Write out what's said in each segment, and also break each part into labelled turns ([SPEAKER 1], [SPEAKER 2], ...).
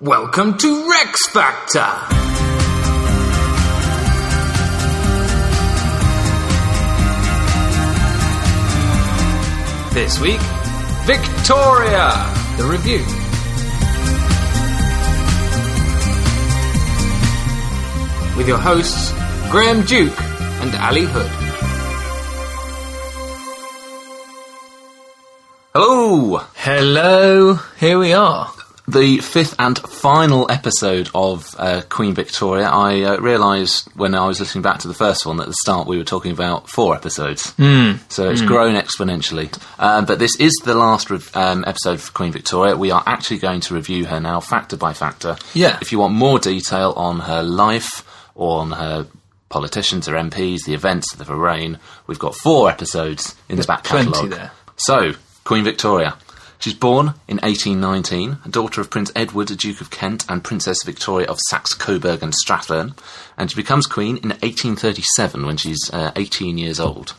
[SPEAKER 1] Welcome to Rex Factor! This week, Victoria, the review. With your hosts, Graham Duke and Ali Hood.
[SPEAKER 2] Hello!
[SPEAKER 1] Hello, here we are.
[SPEAKER 2] The fifth and final episode of uh, Queen Victoria. I uh, realised when I was listening back to the first one that at the start we were talking about four episodes. Mm. So it's grown exponentially. Um, but this is the last rev- um, episode for Queen Victoria. We are actually going to review her now, factor by factor.
[SPEAKER 1] Yeah.
[SPEAKER 2] If you want more detail on her life or on her politicians or MPs, the events of the reign, we've got four episodes in the back
[SPEAKER 1] plenty
[SPEAKER 2] catalogue.
[SPEAKER 1] there.
[SPEAKER 2] So, Queen Victoria. She's born in 1819, a daughter of Prince Edward, Duke of Kent, and Princess Victoria of Saxe Coburg and Strathern, and she becomes queen in 1837 when she's uh, 18 years old.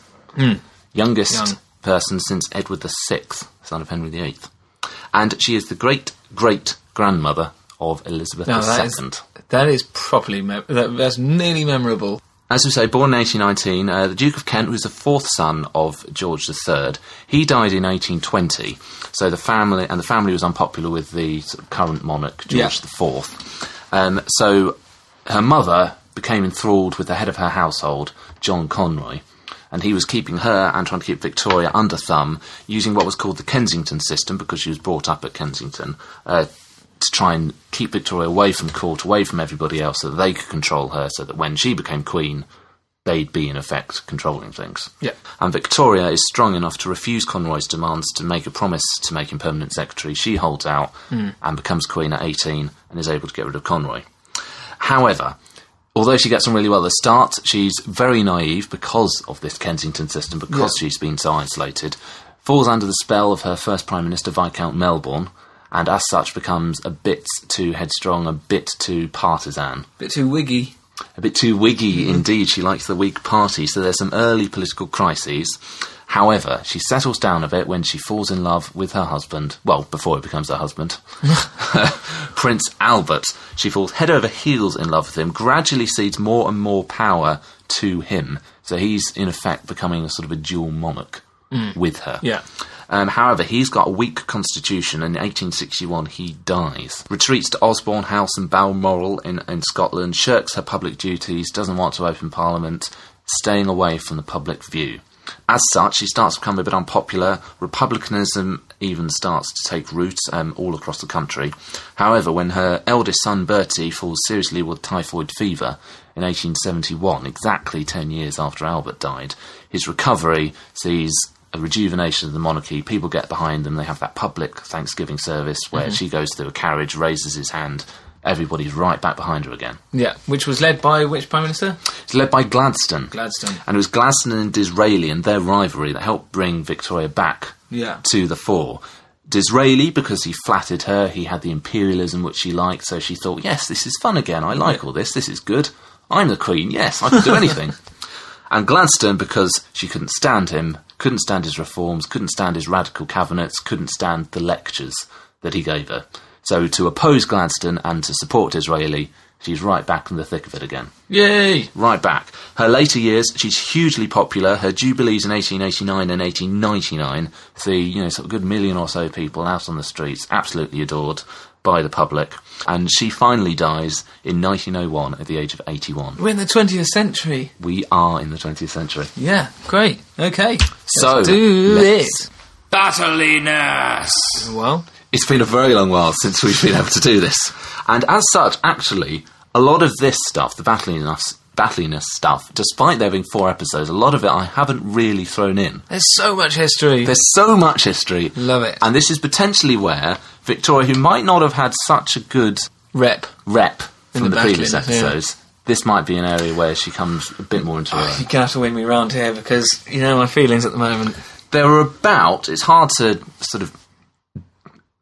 [SPEAKER 2] Youngest
[SPEAKER 1] Hmm. Young.
[SPEAKER 2] person since Edward VI, son of Henry VIII. And she is the great great grandmother of Elizabeth
[SPEAKER 1] Now that
[SPEAKER 2] II.
[SPEAKER 1] is that is properly mem- that, that's nearly memorable.
[SPEAKER 2] As we say, born in 1819, uh, the Duke of Kent was the fourth son of George III. He died in 1820, so the family and the family was unpopular with the sort of current monarch George
[SPEAKER 1] Yeah.
[SPEAKER 2] IV. Um, so her mother became enthralled with the head of her household, John Conroy, and he was keeping her and trying to keep Victoria under thumb using what was called the Kensington system because she was brought up at Kensington. Uh, to try and keep Victoria away from court, away from everybody else, so that they could control her, so that when she became queen, they'd be in effect controlling things.
[SPEAKER 1] Yeah.
[SPEAKER 2] And Victoria is strong enough to refuse Conroy's demands to make a promise to make him permanent secretary. She holds out and becomes queen at 18 and is able to get rid of Conroy. However, although she gets on really well at the start, she's very naive because of this Kensington system, because she's been so isolated, falls under the spell of her first Prime Minister, Viscount Melbourne, and as such becomes a bit too headstrong, a bit too partisan
[SPEAKER 1] bit too wiggy.
[SPEAKER 2] a bit too wiggy indeed. She likes the Whig Party, so there's some early political crises. However, she settles down a bit when she falls in love with her husband. Well, before he becomes her husband, Prince Albert. She falls head over heels in love with him, gradually cedes more and more power to him. So he's, in effect, becoming a sort of a dual monarch with her.
[SPEAKER 1] Yeah.
[SPEAKER 2] Um, however, he's got a weak constitution, and in 1861 he dies. Retreats to Osborne House and Balmoral in, in Scotland, shirks her public duties, doesn't want to open Parliament, staying away from the public view. As such, she starts to become a bit unpopular. Republicanism even starts to take root um, all across the country. However, when her eldest son Bertie falls seriously with typhoid fever in 1871, exactly 10 years after Albert died, his recovery sees a rejuvenation of the monarchy. People get behind them. They have that public Thanksgiving service where she goes through a carriage, raises his hand. Everybody's right back behind her again.
[SPEAKER 1] Yeah, which was led by which prime minister?
[SPEAKER 2] It's led by Gladstone.
[SPEAKER 1] Gladstone.
[SPEAKER 2] And it was Gladstone and Disraeli and their rivalry that helped bring Victoria back
[SPEAKER 1] Yeah.
[SPEAKER 2] to the fore. Disraeli, because he flattered her, he had the imperialism which she liked, so she thought, yes, this is fun again. I like all this. This is good. I'm the queen. Yes, I can do anything. and Gladstone, because she couldn't stand him, couldn't stand his reforms, couldn't stand his radical cabinets, couldn't stand the lectures that he gave her. So to oppose Gladstone and to support Disraeli, she's right back in the thick of it again
[SPEAKER 1] Yay!
[SPEAKER 2] right back. Her later years, she's hugely popular. Her jubilees in 1889 and 1899 see, you know, sort of a good million or so people out on the streets, absolutely adored by the public. And she finally dies in 1901 at the age of 81.
[SPEAKER 1] We're in the 20th century.
[SPEAKER 2] We are in the 20th century.
[SPEAKER 1] Yeah, great. Okay,
[SPEAKER 2] So,
[SPEAKER 1] let's do
[SPEAKER 2] let's-
[SPEAKER 1] it. Battliness. Well,
[SPEAKER 2] It's been a very long while since we've been able to do this. And as such, actually, a lot of this stuff, the battliness, battliness stuff, despite there being four episodes, a lot of it I haven't really thrown in.
[SPEAKER 1] there's so much history.
[SPEAKER 2] There's so much history.
[SPEAKER 1] Love it.
[SPEAKER 2] And this is potentially where Victoria, who might not have had such a good
[SPEAKER 1] Rep.
[SPEAKER 2] rep
[SPEAKER 1] In
[SPEAKER 2] from
[SPEAKER 1] the
[SPEAKER 2] the, previous
[SPEAKER 1] back end, yeah.
[SPEAKER 2] episodes, this might be an area where she comes a bit more into her
[SPEAKER 1] You're
[SPEAKER 2] own.
[SPEAKER 1] gonna have to win me round here because you know my feelings at the moment.
[SPEAKER 2] There are about, it's hard to sort of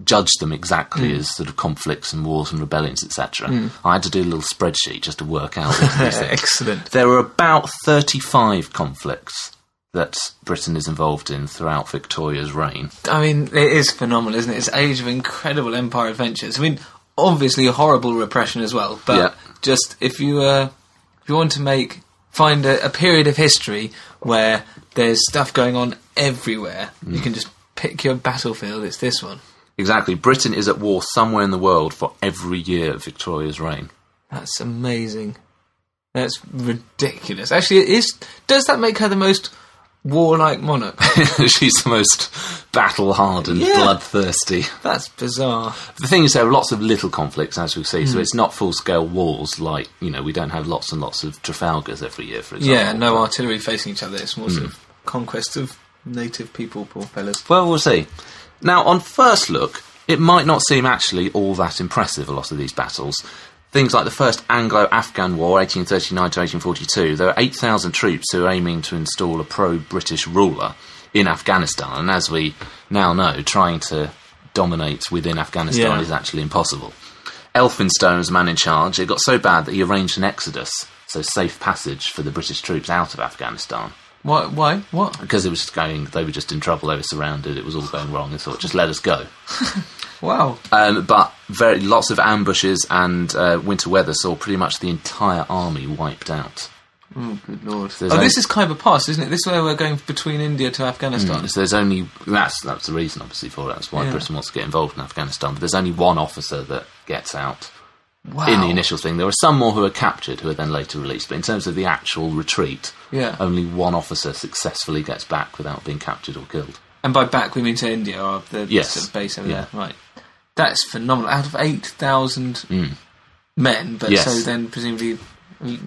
[SPEAKER 2] judge them exactly as sort of conflicts and wars and rebellions, etc. I had to do a little spreadsheet just to work out all of these things.
[SPEAKER 1] Excellent.
[SPEAKER 2] There are about 35 conflicts that Britain is involved in throughout Victoria's reign.
[SPEAKER 1] I mean, it is phenomenal, isn't it? It's age of incredible empire adventures. I mean, obviously horrible repression as well. But
[SPEAKER 2] Yeah.
[SPEAKER 1] just if you uh, if you want to make find a, a period of history where there's stuff going on everywhere, you can just pick your battlefield. It's this one.
[SPEAKER 2] Exactly. Britain is at war somewhere in the world for every year of Victoria's reign.
[SPEAKER 1] That's amazing. That's ridiculous. Actually, it is. Does that make her the most warlike monarch?
[SPEAKER 2] She's the most battle hardened,
[SPEAKER 1] Yeah.
[SPEAKER 2] bloodthirsty.
[SPEAKER 1] That's bizarre.
[SPEAKER 2] The thing is, there are lots of little conflicts, as we see,
[SPEAKER 1] Hmm.
[SPEAKER 2] so it's not full scale wars like, you know, we don't have lots and lots of Trafalgar's every year, for example.
[SPEAKER 1] Yeah, no artillery facing each other. It's more sort of conquest of native people, poor fellas.
[SPEAKER 2] Well, we'll see. Now, on first look, it might not seem actually all that impressive, a lot of these battles. Things like the First Anglo Afghan War, 1839 to 1842, there were 8,000 troops who were aiming to install a pro British ruler in Afghanistan, and as we now know, trying to dominate within Afghanistan
[SPEAKER 1] Yeah.
[SPEAKER 2] is actually impossible. Elphinstone was the man in charge. It got so bad that he arranged an exodus, so safe passage for the British troops out of Afghanistan
[SPEAKER 1] Why? Why? What?
[SPEAKER 2] because it was just going, they were just in trouble, they were surrounded, it was all going wrong, and thought, just let us go.
[SPEAKER 1] Wow.
[SPEAKER 2] Um, but very, lots of ambushes and uh, winter weather saw pretty much the entire army wiped out.
[SPEAKER 1] Oh, good lord.
[SPEAKER 2] There's
[SPEAKER 1] oh,
[SPEAKER 2] only-
[SPEAKER 1] this is Khyber Pass, isn't it? This is where we're going between India to Afghanistan.
[SPEAKER 2] So there's only that's that's the reason, obviously, for it. That's why
[SPEAKER 1] Hmm. Yeah.
[SPEAKER 2] Britain wants to get involved in Afghanistan. But there's only one officer that gets out
[SPEAKER 1] Wow.
[SPEAKER 2] Mm. in the initial thing. There were some more who are captured, who are then later released. But in terms of the actual retreat,
[SPEAKER 1] Yeah.
[SPEAKER 2] only one officer successfully gets back without being captured or killed.
[SPEAKER 1] And by back, we mean to India, or the
[SPEAKER 2] Yes.
[SPEAKER 1] sort of base over there. Right. That's phenomenal. Out of 8,000 men, but
[SPEAKER 2] Mm. Yes.
[SPEAKER 1] so then presumably mm,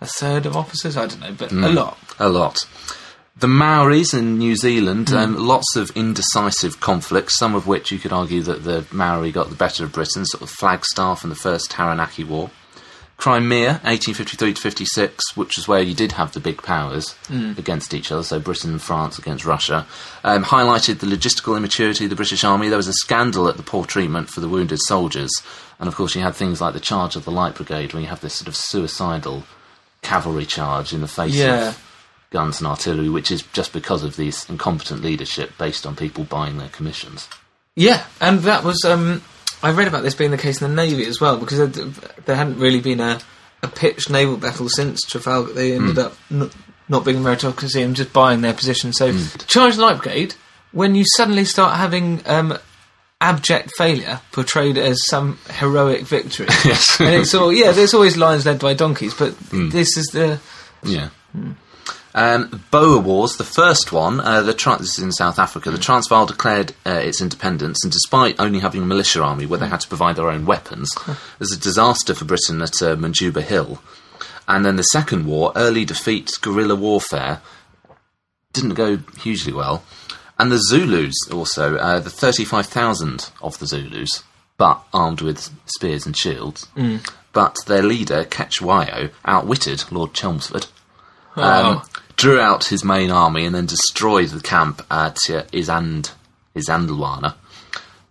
[SPEAKER 1] a third of officers? I don't know, but
[SPEAKER 2] Mm.
[SPEAKER 1] a lot.
[SPEAKER 2] A lot. The Maoris in New Zealand, um, lots of indecisive conflicts, some of which you could argue that the Maori got the better of Britain, sort of Flagstaff and the First Taranaki War. Crimea, 1853 to 56, which is where you did have the big powers against each other, so Britain and France against Russia, um, highlighted the logistical immaturity of the British Army. There was a scandal at the poor treatment for the wounded soldiers, and of course, you had things like the charge of the Light Brigade, where you have this sort of suicidal cavalry charge in the face
[SPEAKER 1] Yeah.
[SPEAKER 2] of guns and artillery, which is just because of these incompetent leadership based on people buying their commissions.
[SPEAKER 1] Yeah, and that was. Um, I read about this being the case in the Navy as well, because there- there hadn't really been a, a pitched naval battle since Trafalgar. They ended up n- not being a meritocracy and just buying their position. So, Charge the Light Brigade, when you suddenly start having um, abject failure portrayed as some heroic victory.
[SPEAKER 2] Yes.
[SPEAKER 1] and it's all, yeah, there's always lions led by donkeys, but this is the.
[SPEAKER 2] Yeah. Um, Boer Wars, the first one, uh, the tra- this is in South Africa, the Transvaal declared uh, its independence, and despite only having a militia army where they had to provide their own weapons, it was a disaster for Britain at uh, Manjuba Hill. And then the Second War, early defeats, guerrilla warfare, didn't go hugely well. And the Zulus also, uh, the 35,000 of the Zulus, but armed with spears and shields. But their leader, Ketchwayo, outwitted Lord Chelmsford, um, drew out his main army, and then destroyed the camp at uh, Isand, Isandlwana.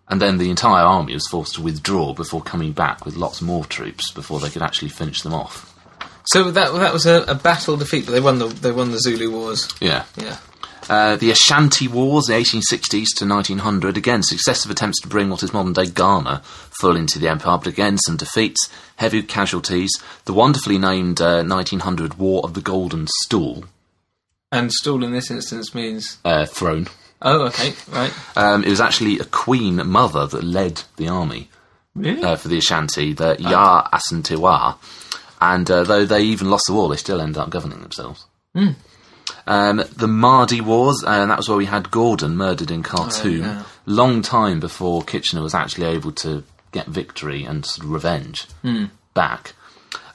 [SPEAKER 2] And then the entire army was forced to withdraw before coming back with lots more troops before they could actually finish them off.
[SPEAKER 1] So that that was a, a battle defeat, but they won the they won the Zulu Wars.
[SPEAKER 2] Yeah.
[SPEAKER 1] Yeah.
[SPEAKER 2] Uh, the Ashanti Wars, the 1860s to 1900, again successive attempts to bring what is modern day Ghana full into the empire, but again some defeats, heavy casualties. The wonderfully named uh, 1900 War of the Golden Stool
[SPEAKER 1] And stall in this instance means
[SPEAKER 2] uh, throne.
[SPEAKER 1] Oh, okay, right.
[SPEAKER 2] Um, it was actually a queen mother that led the army
[SPEAKER 1] Really?
[SPEAKER 2] uh, for the Ashanti, the Ya Asantewa. And uh, though they even lost the war, they still ended up governing themselves.
[SPEAKER 1] Hmm.
[SPEAKER 2] Um, the Mardi Wars, uh, and that was where we had Gordon murdered in Khartoum,
[SPEAKER 1] Oh, yeah.
[SPEAKER 2] long time before Kitchener was actually able to get victory and sort of revenge
[SPEAKER 1] Hmm.
[SPEAKER 2] back.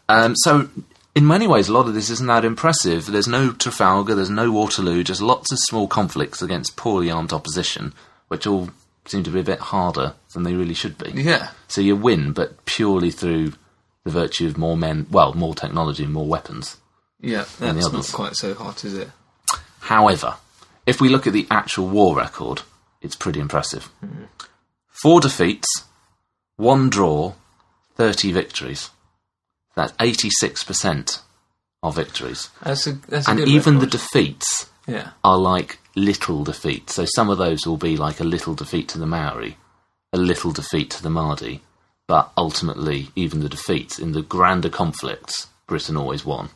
[SPEAKER 2] Um, so, in many ways, a lot of this isn't that impressive. There's no Trafalgar, there's no Waterloo, just lots of small conflicts against poorly armed opposition, which all seem to be a bit harder than they really should be.
[SPEAKER 1] yeah.
[SPEAKER 2] So you win, but purely through the virtue of more men, well, more technology and more weapons.
[SPEAKER 1] Yeah,
[SPEAKER 2] the
[SPEAKER 1] that's not
[SPEAKER 2] others.
[SPEAKER 1] quite so hot, is it?
[SPEAKER 2] However, if we look at the actual war record, it's pretty impressive.
[SPEAKER 1] Mm-hmm.
[SPEAKER 2] Four defeats, one draw, 30 victories. That's 86% of victories.
[SPEAKER 1] That's a that's a
[SPEAKER 2] And
[SPEAKER 1] good
[SPEAKER 2] even the
[SPEAKER 1] record.
[SPEAKER 2] defeats
[SPEAKER 1] yeah.
[SPEAKER 2] are like little defeats. So some of those will be like a little defeat to the Maori, a little defeat to the Mardi, But ultimately, even the defeats in the grander conflicts, Britain always won.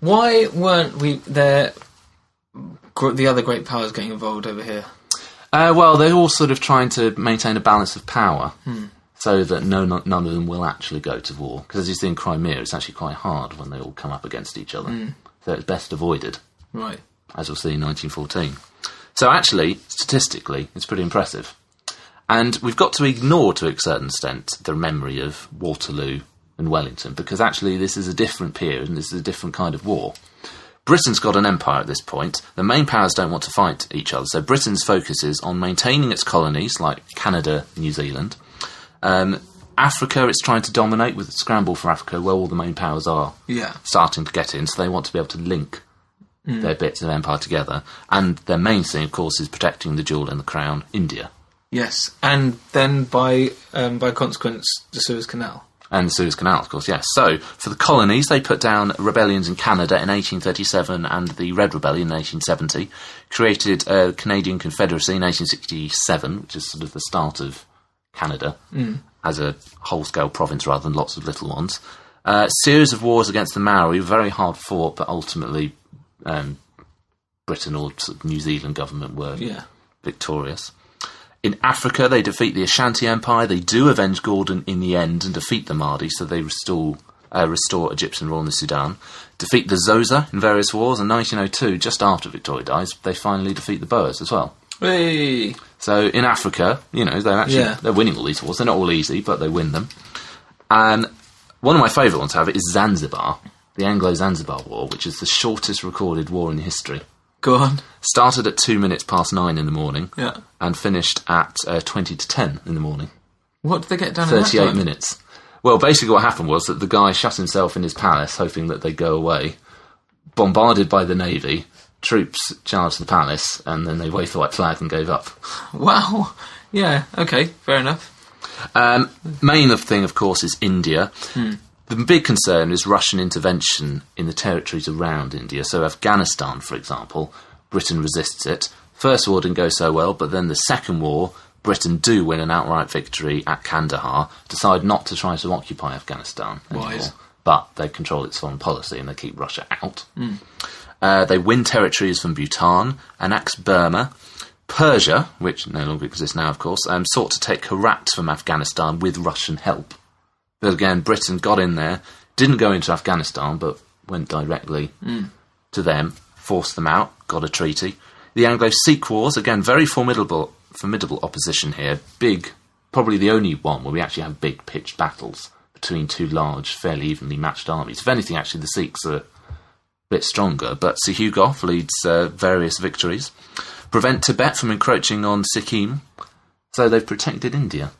[SPEAKER 1] Why weren't we there? gr- The other great powers getting involved over here.
[SPEAKER 2] Uh, well, they're all sort of trying to maintain a balance of power so that no, no- none of them will actually go to war. Because as you see in Crimea, it's actually quite hard when they all come up against each other. So it's best avoided,
[SPEAKER 1] Right.
[SPEAKER 2] as we'll see in 1914. So actually, statistically, it's pretty impressive. And we've got to ignore, to a certain extent, the memory of Waterloo and Wellington, because actually this is a different period and this is a different kind of war. Britain's got an empire at this point. The main powers don't want to fight each other, so Britain's focus is on maintaining its colonies, like Canada, New Zealand. Um, Africa, it's trying to dominate with the scramble for Africa, where all the main powers are
[SPEAKER 1] Yeah.
[SPEAKER 2] starting to get in, so they want to be able to link their bits of empire together. And their main thing, of course, is protecting the jewel and the crown, India,
[SPEAKER 1] Yes. And then by um, by consequence, the Suez Canal.
[SPEAKER 2] and the Suez Canal, of course, yes. So, for the colonies, they put down rebellions in Canada in 1837 and the Red Rebellion in 1870, created a Canadian Confederacy in 1867, which is sort of the start of Canada as a whole scale province rather than lots of little ones. uh, series of wars against the Maori, very hard fought, but ultimately um, Britain or sort of New Zealand government were
[SPEAKER 1] Yeah.
[SPEAKER 2] victorious. In Africa, they defeat the Ashanti Empire. They do avenge Gordon in the end and defeat the Mahdi, so they restore, uh, restore Egyptian rule in the Sudan. Defeat the Xhosa in various wars, and 1902, just after Victoria dies, they finally defeat the Boers as well.
[SPEAKER 1] Hey.
[SPEAKER 2] So in Africa, you know, they're actually
[SPEAKER 1] Yeah.
[SPEAKER 2] they're winning all these wars. They're not all easy, but they win them. And one of my favourite ones to have is Zanzibar, the Anglo-Zanzibar War, which is the shortest recorded war in history.
[SPEAKER 1] Go on.
[SPEAKER 2] Started at two minutes past nine in the morning
[SPEAKER 1] Yeah.
[SPEAKER 2] and finished at uh, 20 to 10 in the morning.
[SPEAKER 1] What did they get down? in that
[SPEAKER 2] 38
[SPEAKER 1] time?
[SPEAKER 2] minutes. Well, basically, what happened was that the guy shut himself in his palace, hoping that they'd go away. Bombarded by the navy, troops charged the palace, and then they waved the white flag and gave up.
[SPEAKER 1] Wow. Yeah. Okay. Fair enough.
[SPEAKER 2] Um, main of thing, of course, is India. The big concern is Russian intervention in the territories around India. So, Afghanistan, for example, Britain resists it. First war didn't go so well, but then the second war, Britain do win an outright victory at Kandahar, decide not to try to occupy Afghanistan anymore,
[SPEAKER 1] Wise.
[SPEAKER 2] but they control its foreign policy and they keep Russia out. Uh, they win territories from Bhutan, annex Burma. Persia, which no longer exists now, of course, um, sought to take Herat from Afghanistan with Russian help. But again, Britain got in there, didn't go into Afghanistan, but went directly to them, forced them out, got a treaty. The Anglo Sikh Wars, again, very formidable, formidable opposition here. Big, probably the only one where we actually have big pitched battles between two large, fairly evenly matched armies. If anything, actually, the Sikhs are a bit stronger, but Sir Hugh Gough leads uh, various victories. Prevent Tibet from encroaching on Sikkim, so they've protected India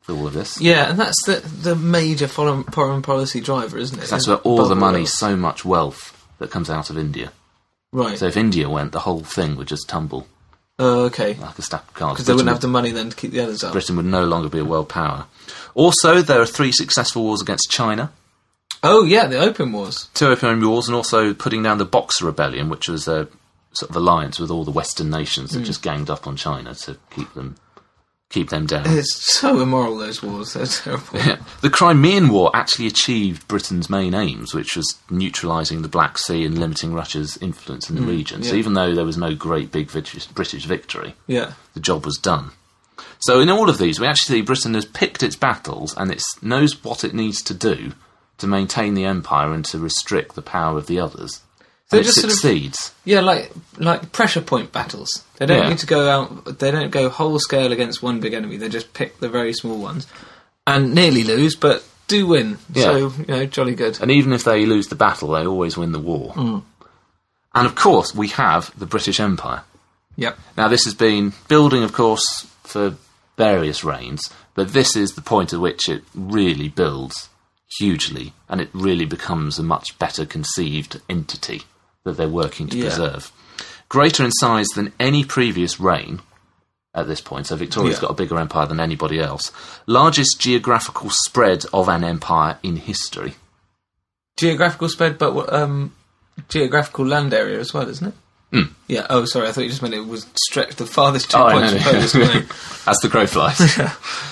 [SPEAKER 2] for all of this.
[SPEAKER 1] Yeah, and that's the the major foreign foreign policy driver, isn't it?
[SPEAKER 2] That's
[SPEAKER 1] Is
[SPEAKER 2] where all the
[SPEAKER 1] bubble
[SPEAKER 2] money,
[SPEAKER 1] wrap.
[SPEAKER 2] so much wealth that comes out of India.
[SPEAKER 1] Right.
[SPEAKER 2] So if India went, the whole thing would just tumble
[SPEAKER 1] oh, okay.
[SPEAKER 2] like a stack of cards.
[SPEAKER 1] Because they
[SPEAKER 2] Britain
[SPEAKER 1] wouldn't have
[SPEAKER 2] would-
[SPEAKER 1] the money then to keep the others up.
[SPEAKER 2] Britain would no longer be a world power. Also, there are three successful wars against China,
[SPEAKER 1] Oh yeah, the open wars.
[SPEAKER 2] two opium wars, and also putting down the Boxer Rebellion, which was a sort of alliance with all the Western nations
[SPEAKER 1] Mm.
[SPEAKER 2] that just ganged up on China to keep them keep them down.
[SPEAKER 1] It's so immoral those wars. They're terrible.
[SPEAKER 2] Yeah. The Crimean War actually achieved Britain's main aims, which was neutralising the Black Sea and limiting Russia's influence in the region. So
[SPEAKER 1] Mm, yeah.
[SPEAKER 2] even though there was no great big vit- British victory,
[SPEAKER 1] yeah.
[SPEAKER 2] the job was done. So in all of these, we actually see Britain has picked its battles and it knows what it needs to do to maintain the empire and to restrict the power of the others.
[SPEAKER 1] So
[SPEAKER 2] and it
[SPEAKER 1] just sort of-
[SPEAKER 2] succeeds.
[SPEAKER 1] Yeah, like like pressure point battles. They don't
[SPEAKER 2] Yeah.
[SPEAKER 1] need to go out. They don't go whole scale against one big enemy. They just pick the very small ones, and nearly lose, but do win.
[SPEAKER 2] Yeah.
[SPEAKER 1] So you know, jolly good.
[SPEAKER 2] And even if they lose the battle, they always win the war.
[SPEAKER 1] Mm.
[SPEAKER 2] And of course, we have the British Empire.
[SPEAKER 1] Yep.
[SPEAKER 2] Now, this has been building, of course, for various reigns, but this is the point at which it really builds hugely and it really becomes a much better conceived entity that they're working to
[SPEAKER 1] Yeah.
[SPEAKER 2] preserve. Greater in size than any previous reign at this point, so Victoria's
[SPEAKER 1] Yeah.
[SPEAKER 2] got a bigger empire than anybody else. Largest geographical spread of an empire in history.
[SPEAKER 1] Geographical spread, but um, geographical land area as well, isn't it? Yeah. Oh, sorry. I thought you just meant it was stretched the farthest two
[SPEAKER 2] Hmm. Oh, I
[SPEAKER 1] points
[SPEAKER 2] know.
[SPEAKER 1] opposed. No.
[SPEAKER 2] As the crow flies.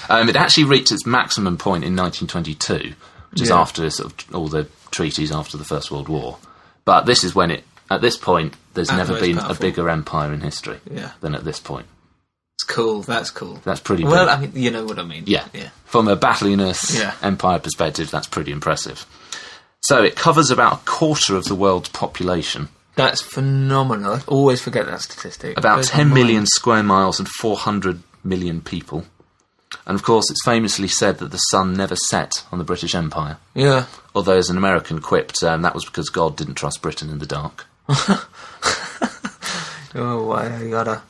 [SPEAKER 2] um, it actually reached its maximum point in 1922, which is
[SPEAKER 1] Yeah.
[SPEAKER 2] after sort of all the treaties after the First World War. But this is when it, at this point, there's
[SPEAKER 1] At the
[SPEAKER 2] never
[SPEAKER 1] most
[SPEAKER 2] been a
[SPEAKER 1] powerful.
[SPEAKER 2] bigger empire in history
[SPEAKER 1] Yeah.
[SPEAKER 2] than at this point.
[SPEAKER 1] It's cool. That's cool.
[SPEAKER 2] That's pretty
[SPEAKER 1] Well,
[SPEAKER 2] big.
[SPEAKER 1] I mean, you know what I mean.
[SPEAKER 2] Yeah.
[SPEAKER 1] Yeah.
[SPEAKER 2] From a battliness
[SPEAKER 1] Yeah.
[SPEAKER 2] empire perspective, that's pretty impressive. So it covers about a quarter of the world's population,
[SPEAKER 1] That's phenomenal. I always forget that statistic.
[SPEAKER 2] about
[SPEAKER 1] Blows
[SPEAKER 2] 10
[SPEAKER 1] my
[SPEAKER 2] million
[SPEAKER 1] mind.
[SPEAKER 2] square miles and 400 million people. And of course, it's famously said that the sun never set on the British Empire.
[SPEAKER 1] Yeah.
[SPEAKER 2] Although, as an American quipped, um, that was because God didn't trust Britain in the dark.
[SPEAKER 1] Oh, why you gotta?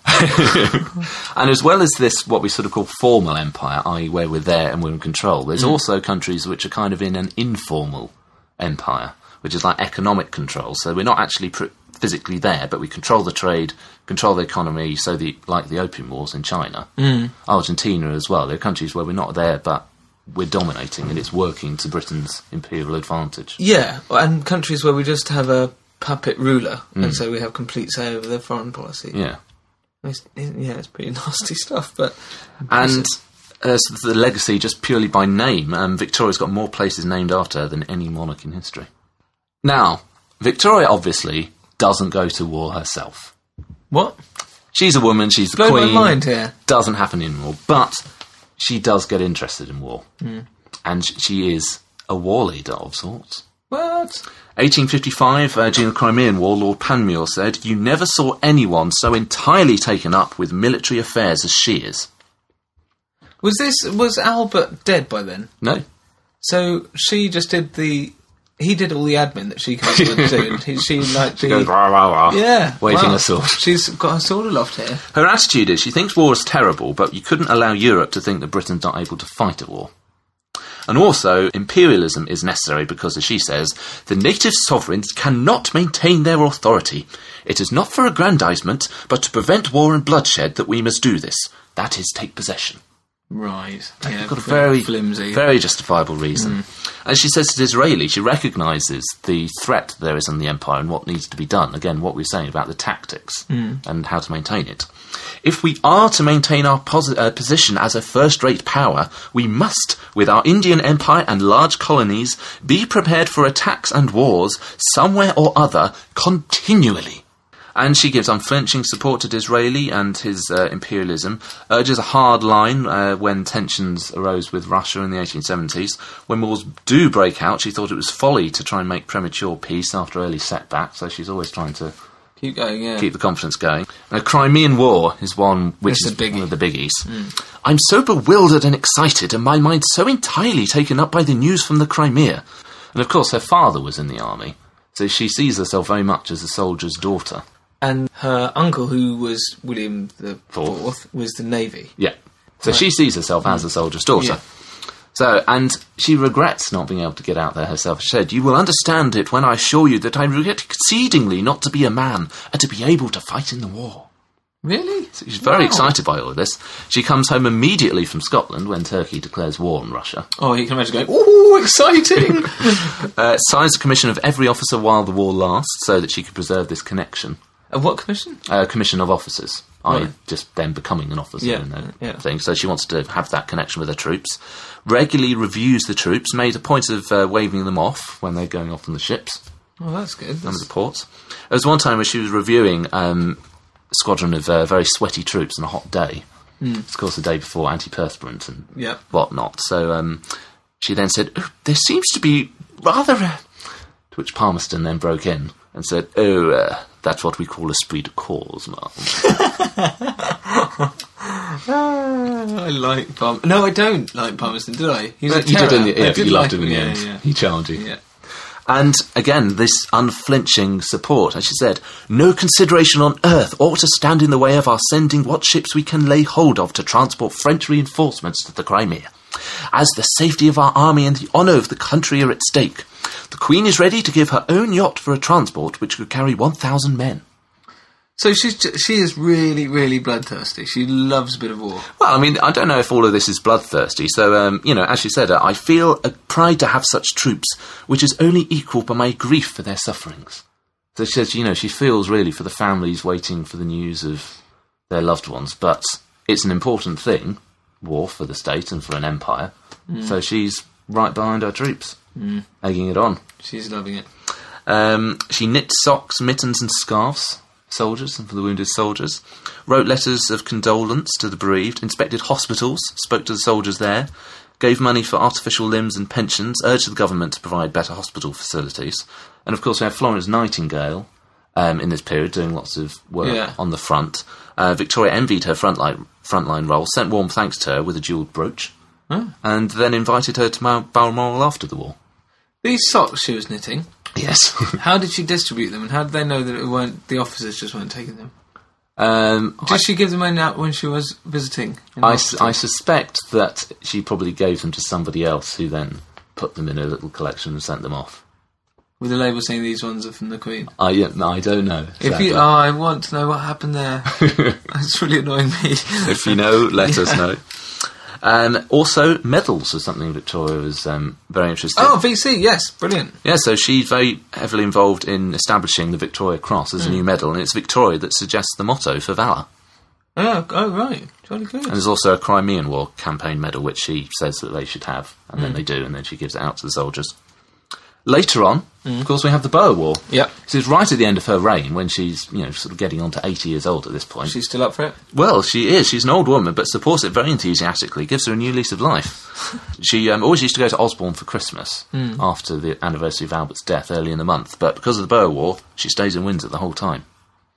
[SPEAKER 2] And as well as this, what we sort of call formal empire, i.e., where we're there and we're in control, there's also countries which are kind of in an informal empire, which is like economic control. So we're not actually pr- physically there, but we control the trade, control the economy. So the like the opium wars in China, mm. Argentina as well. There are countries where we're not there, but we're dominating, and it's working to Britain's imperial advantage.
[SPEAKER 1] Yeah, and countries where we just have a puppet ruler,
[SPEAKER 2] Mm.
[SPEAKER 1] and so we have complete say over their foreign policy.
[SPEAKER 2] Yeah.
[SPEAKER 1] It's, it- yeah, it's pretty nasty stuff, but
[SPEAKER 2] And uh, so the legacy, just purely by name, um, Victoria's got more places named after her than any monarch in history. Now, Victoria obviously doesn't go to war herself.
[SPEAKER 1] what?
[SPEAKER 2] She's a woman, she's the
[SPEAKER 1] Blow my
[SPEAKER 2] queen.
[SPEAKER 1] mind here.
[SPEAKER 2] Doesn't happen in war, but she does get interested in war.
[SPEAKER 1] Hmm.
[SPEAKER 2] And sh- she is a war leader of sorts.
[SPEAKER 1] What?
[SPEAKER 2] 1855, uh, during the Crimean War, Lord Panmure said, You never saw anyone so entirely taken up with military affairs as she is.
[SPEAKER 1] Was this was Albert dead by then?
[SPEAKER 2] No,
[SPEAKER 1] So she just did the. He did all the admin that she could do. and he- she like
[SPEAKER 2] She goes,
[SPEAKER 1] the.
[SPEAKER 2] "Rah, rah, rah,"
[SPEAKER 1] Yeah,
[SPEAKER 2] waving
[SPEAKER 1] wow.
[SPEAKER 2] a sword.
[SPEAKER 1] She's got her sword aloft here.
[SPEAKER 2] Her attitude is she thinks war is terrible, but you couldn't allow Europe to think that Britain's not able to fight a war. And also, imperialism is necessary because, as she says, the native sovereigns cannot maintain their authority. It is not for aggrandizement, but to prevent war and bloodshed that we must do this. That is, take possession.
[SPEAKER 1] Right. Yeah,
[SPEAKER 2] You've got a very
[SPEAKER 1] flimsy. Mm.
[SPEAKER 2] very justifiable reason. And she says to Disraeli, she recognises the threat there is on the empire and what needs to be done. Again, what we we're saying about the tactics
[SPEAKER 1] Mm.
[SPEAKER 2] and how to maintain it. If we are to maintain our posi- uh, position as a first-rate power, we must, with our Indian empire and large colonies, be prepared for attacks and wars somewhere or other continually. And she gives unflinching support to Disraeli and his uh, imperialism, urges a hard line uh, when tensions arose with Russia in the 1870s. When wars do break out, she thought it was folly to try and make premature peace after early setback, so she's always trying to
[SPEAKER 1] Keep going. Yeah.
[SPEAKER 2] keep the confidence going. The Crimean War is one which
[SPEAKER 1] It's
[SPEAKER 2] is
[SPEAKER 1] a biggie.
[SPEAKER 2] one of the biggies. I'm so bewildered and excited, and my mind so entirely taken up by the news from the Crimea. And of course, her father was in the army, so she sees herself very much as a soldier's daughter.
[SPEAKER 1] and her uncle, who was William the
[SPEAKER 2] Fourth.
[SPEAKER 1] Fourth, was the Navy.
[SPEAKER 2] Yeah. So she sees herself as a soldier's daughter.
[SPEAKER 1] Mm. Yeah.
[SPEAKER 2] So, and she regrets not being able to get out there herself. She said, You will understand it when I assure you that I regret exceedingly not to be a man and to be able to fight in the war.
[SPEAKER 1] Really?
[SPEAKER 2] So she's very
[SPEAKER 1] Wow.
[SPEAKER 2] excited by all of this. She comes home immediately from Scotland when Turkey declares war on Russia.
[SPEAKER 1] Oh, you can imagine going, "Oh, exciting!"
[SPEAKER 2] Uh, signs a commission of every officer while the war lasts so that she could preserve this connection.
[SPEAKER 1] and what commission?
[SPEAKER 2] uh, commission of officers. I
[SPEAKER 1] Right.
[SPEAKER 2] just then becoming an officer
[SPEAKER 1] Yeah,
[SPEAKER 2] and that
[SPEAKER 1] yeah.
[SPEAKER 2] thing. So she wants to have that connection with her troops. Regularly reviews the troops, made a point of uh, waving them off when they're going off on the ships
[SPEAKER 1] Oh, that's good.
[SPEAKER 2] and the
[SPEAKER 1] That's,
[SPEAKER 2] ports. There was one time where she was reviewing um, a squadron of uh, very sweaty troops on a hot day. It's of course the day before antiperspirant and
[SPEAKER 1] Hmm. Yeah.
[SPEAKER 2] whatnot. So um, she then said, "Oh, "There seems to be rather," a... to which Palmerston then broke in and said, "Oh, uh, that's what we call esprit de corps, ma'am."
[SPEAKER 1] Ah, I like Palm. No, I don't like Palmerston. Did I? He's a
[SPEAKER 2] you did
[SPEAKER 1] terror.
[SPEAKER 2] in the
[SPEAKER 1] I
[SPEAKER 2] yeah,
[SPEAKER 1] did
[SPEAKER 2] you
[SPEAKER 1] like
[SPEAKER 2] loved him in the
[SPEAKER 1] yeah,
[SPEAKER 2] end.
[SPEAKER 1] Yeah.
[SPEAKER 2] He challenged you.
[SPEAKER 1] yeah.
[SPEAKER 2] And again, this unflinching support, as she said, no consideration on earth ought to stand in the way of our sending what ships we can lay hold of to transport French reinforcements to the Crimea, as the safety of our army and the honour of the country are at stake. The Queen is ready to give her own yacht for a transport which could carry 1,000 men.
[SPEAKER 1] So she's ju- she is really really bloodthirsty. She loves a bit of war.
[SPEAKER 2] Well, I mean, I don't know if all of this is bloodthirsty. So, um, you know, as she said, uh, I feel a pride to have such troops, which is only equalled by my grief for their sufferings. So she says, you know, she feels really for the families waiting for the news of their loved ones, but it's an important thing, war for the state and for an empire. So she's right behind our troops, egging it on.
[SPEAKER 1] She's loving it.
[SPEAKER 2] Um, she knit socks, mittens, and scarves for soldiers and for the wounded soldiers. Wrote letters of condolence to the bereaved. Inspected hospitals. Spoke to the soldiers there. Gave money for artificial limbs and pensions. Urged the government to provide better hospital facilities. And of course, we have Florence Nightingale um, in this period doing lots of work
[SPEAKER 1] Yeah.
[SPEAKER 2] on the front. Uh, Victoria envied her frontline frontline role. Sent warm thanks to her with a jewelled brooch. And then invited her to Mount Balmoral after the war.
[SPEAKER 1] These socks she was knitting.
[SPEAKER 2] Yes.
[SPEAKER 1] How did she distribute them, and how did they know that it weren't the officers just weren't taking them?
[SPEAKER 2] um,
[SPEAKER 1] Did she give them any out when she was visiting? in
[SPEAKER 2] I,
[SPEAKER 1] the
[SPEAKER 2] s- I suspect that she probably gave them to somebody else who then put them in a little collection and sent them off.
[SPEAKER 1] with a label saying these ones are from the Queen.
[SPEAKER 2] I, I don't know.
[SPEAKER 1] If
[SPEAKER 2] exactly.
[SPEAKER 1] you, oh, I want to know what happened there. That's really annoying me.
[SPEAKER 2] if you know, let us know. Um, also, medals was something Victoria was um, very interested
[SPEAKER 1] Oh, VC, yes, brilliant.
[SPEAKER 2] Yeah, so she's very heavily involved in establishing the Victoria Cross as a
[SPEAKER 1] Hmm.
[SPEAKER 2] new medal, and it's Victoria that suggests the motto for valour.
[SPEAKER 1] Oh, oh right, jolly good.
[SPEAKER 2] And there's also a Crimean War campaign medal, which she says that they should have, and
[SPEAKER 1] Hmm.
[SPEAKER 2] then they do, and then she gives it out to the soldiers. Later on,
[SPEAKER 1] Hmm.
[SPEAKER 2] of course, we have the Boer War.
[SPEAKER 1] Yep.
[SPEAKER 2] So it's right at the end of her reign when she's, you know, sort of getting on to 80 years old at this point.
[SPEAKER 1] She's still up for it.
[SPEAKER 2] well, she is. She's an old woman, but supports it very enthusiastically, gives her a new lease of life. she um, always used to go to Osborne for Christmas after the anniversary of Albert's death early in the month, but because of the Boer War, she stays in Windsor the whole time.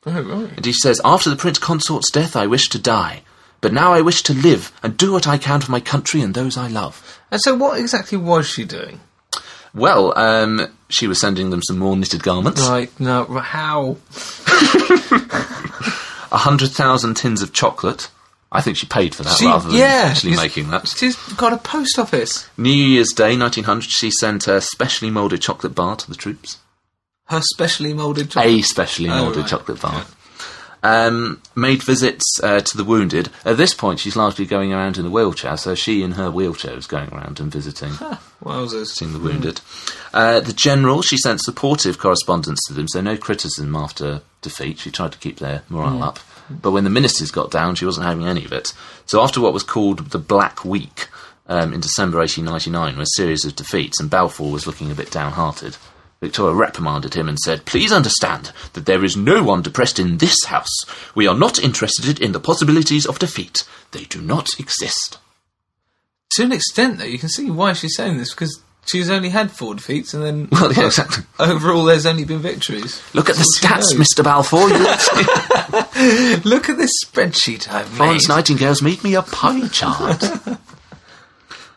[SPEAKER 1] Oh, right.
[SPEAKER 2] And he says, After the Prince Consort's death, I wish to die. But now I wish to live and do what I can for my country and those I love.
[SPEAKER 1] And so, what exactly was she doing?
[SPEAKER 2] Well, um, she was sending them some more knitted garments, a
[SPEAKER 1] Like, no, r- how?
[SPEAKER 2] 100,000 tins of chocolate. I think she paid for that
[SPEAKER 1] She-
[SPEAKER 2] rather than
[SPEAKER 1] yeah,
[SPEAKER 2] actually
[SPEAKER 1] it's-
[SPEAKER 2] making that.
[SPEAKER 1] She's got a post office.
[SPEAKER 2] New Year's Day, 1900, she sent a specially moulded chocolate bar to the troops.
[SPEAKER 1] Her specially moulded chocolate.
[SPEAKER 2] A specially
[SPEAKER 1] Oh,
[SPEAKER 2] moulded
[SPEAKER 1] right.
[SPEAKER 2] chocolate bar. Um, made visits uh, to the wounded. At this point, she's largely going around in a wheelchair, so she in her wheelchair is going around and visiting.
[SPEAKER 1] Ah, Wowzers.
[SPEAKER 2] visiting the wounded. Uh, the general, she sent supportive correspondence to them, so no criticism after defeat. She tried to keep their morale up. But when the ministers got down, she wasn't having any of it. So after what was called the Black Week um, in December 1899, were a series of defeats, and Balfour was looking a bit downhearted. Victoria reprimanded him and said, Please understand that there is no one depressed in this house. We are not interested in the possibilities of defeat. They do not exist.
[SPEAKER 1] To an extent, though, you can see why she's saying this because she's only had four defeats, and then
[SPEAKER 2] Well, yeah, exactly.
[SPEAKER 1] overall, there's only been victories.
[SPEAKER 2] Look at the
[SPEAKER 1] She
[SPEAKER 2] stats,
[SPEAKER 1] knows.
[SPEAKER 2] Mr. Balfour. You'll
[SPEAKER 1] Look at this spreadsheet I've
[SPEAKER 2] Florence
[SPEAKER 1] made.
[SPEAKER 2] Nightingale's made me a pie chart.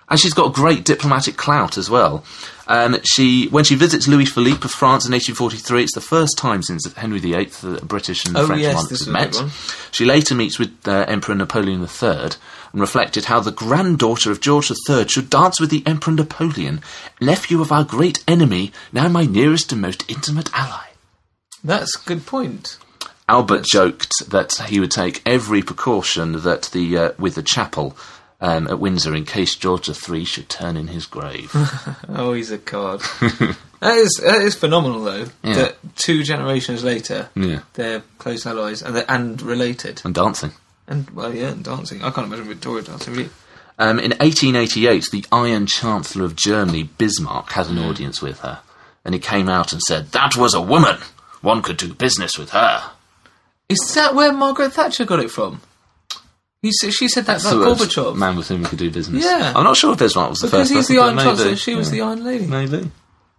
[SPEAKER 2] and she's got great diplomatic clout as well. Um, she, when she visits Louis Philippe of France in 1843, it's the first time since Henry VIII that the British and the
[SPEAKER 1] Oh,
[SPEAKER 2] French
[SPEAKER 1] yes,
[SPEAKER 2] monarchs
[SPEAKER 1] this was
[SPEAKER 2] had
[SPEAKER 1] a
[SPEAKER 2] met.
[SPEAKER 1] big one.
[SPEAKER 2] She later meets with uh, Emperor Napoleon III and reflected how the granddaughter of George III should dance with the Emperor Napoleon, nephew of our great enemy, now my nearest and most intimate ally.
[SPEAKER 1] That's a good point.
[SPEAKER 2] Albert joked that he would take every precaution that the uh, with the chapel um, at Windsor in case George III should turn in his grave.
[SPEAKER 1] Oh, he's a card. that is that is phenomenal, though.
[SPEAKER 2] Yeah.
[SPEAKER 1] That two generations later,
[SPEAKER 2] Yeah.
[SPEAKER 1] they're close allies and they're, and related.
[SPEAKER 2] and dancing.
[SPEAKER 1] And well, yeah, and dancing. I can't imagine Victoria dancing. Really.
[SPEAKER 2] Um, in 1888, the Iron Chancellor of Germany, Bismarck, had an audience with her, and he came out and said, "That was a woman. One could do business with her."
[SPEAKER 1] Is that where Margaret Thatcher got it from? He said, she said that
[SPEAKER 2] So
[SPEAKER 1] about
[SPEAKER 2] it was
[SPEAKER 1] Gorbachev
[SPEAKER 2] man with whom we could do business.
[SPEAKER 1] Yeah.
[SPEAKER 2] I'm not sure if Bismarck was the
[SPEAKER 1] because
[SPEAKER 2] first.
[SPEAKER 1] he's
[SPEAKER 2] person,
[SPEAKER 1] the
[SPEAKER 2] but
[SPEAKER 1] Iron
[SPEAKER 2] maybe-
[SPEAKER 1] Chancellor. She was
[SPEAKER 2] yeah.
[SPEAKER 1] the Iron Lady.
[SPEAKER 2] maybe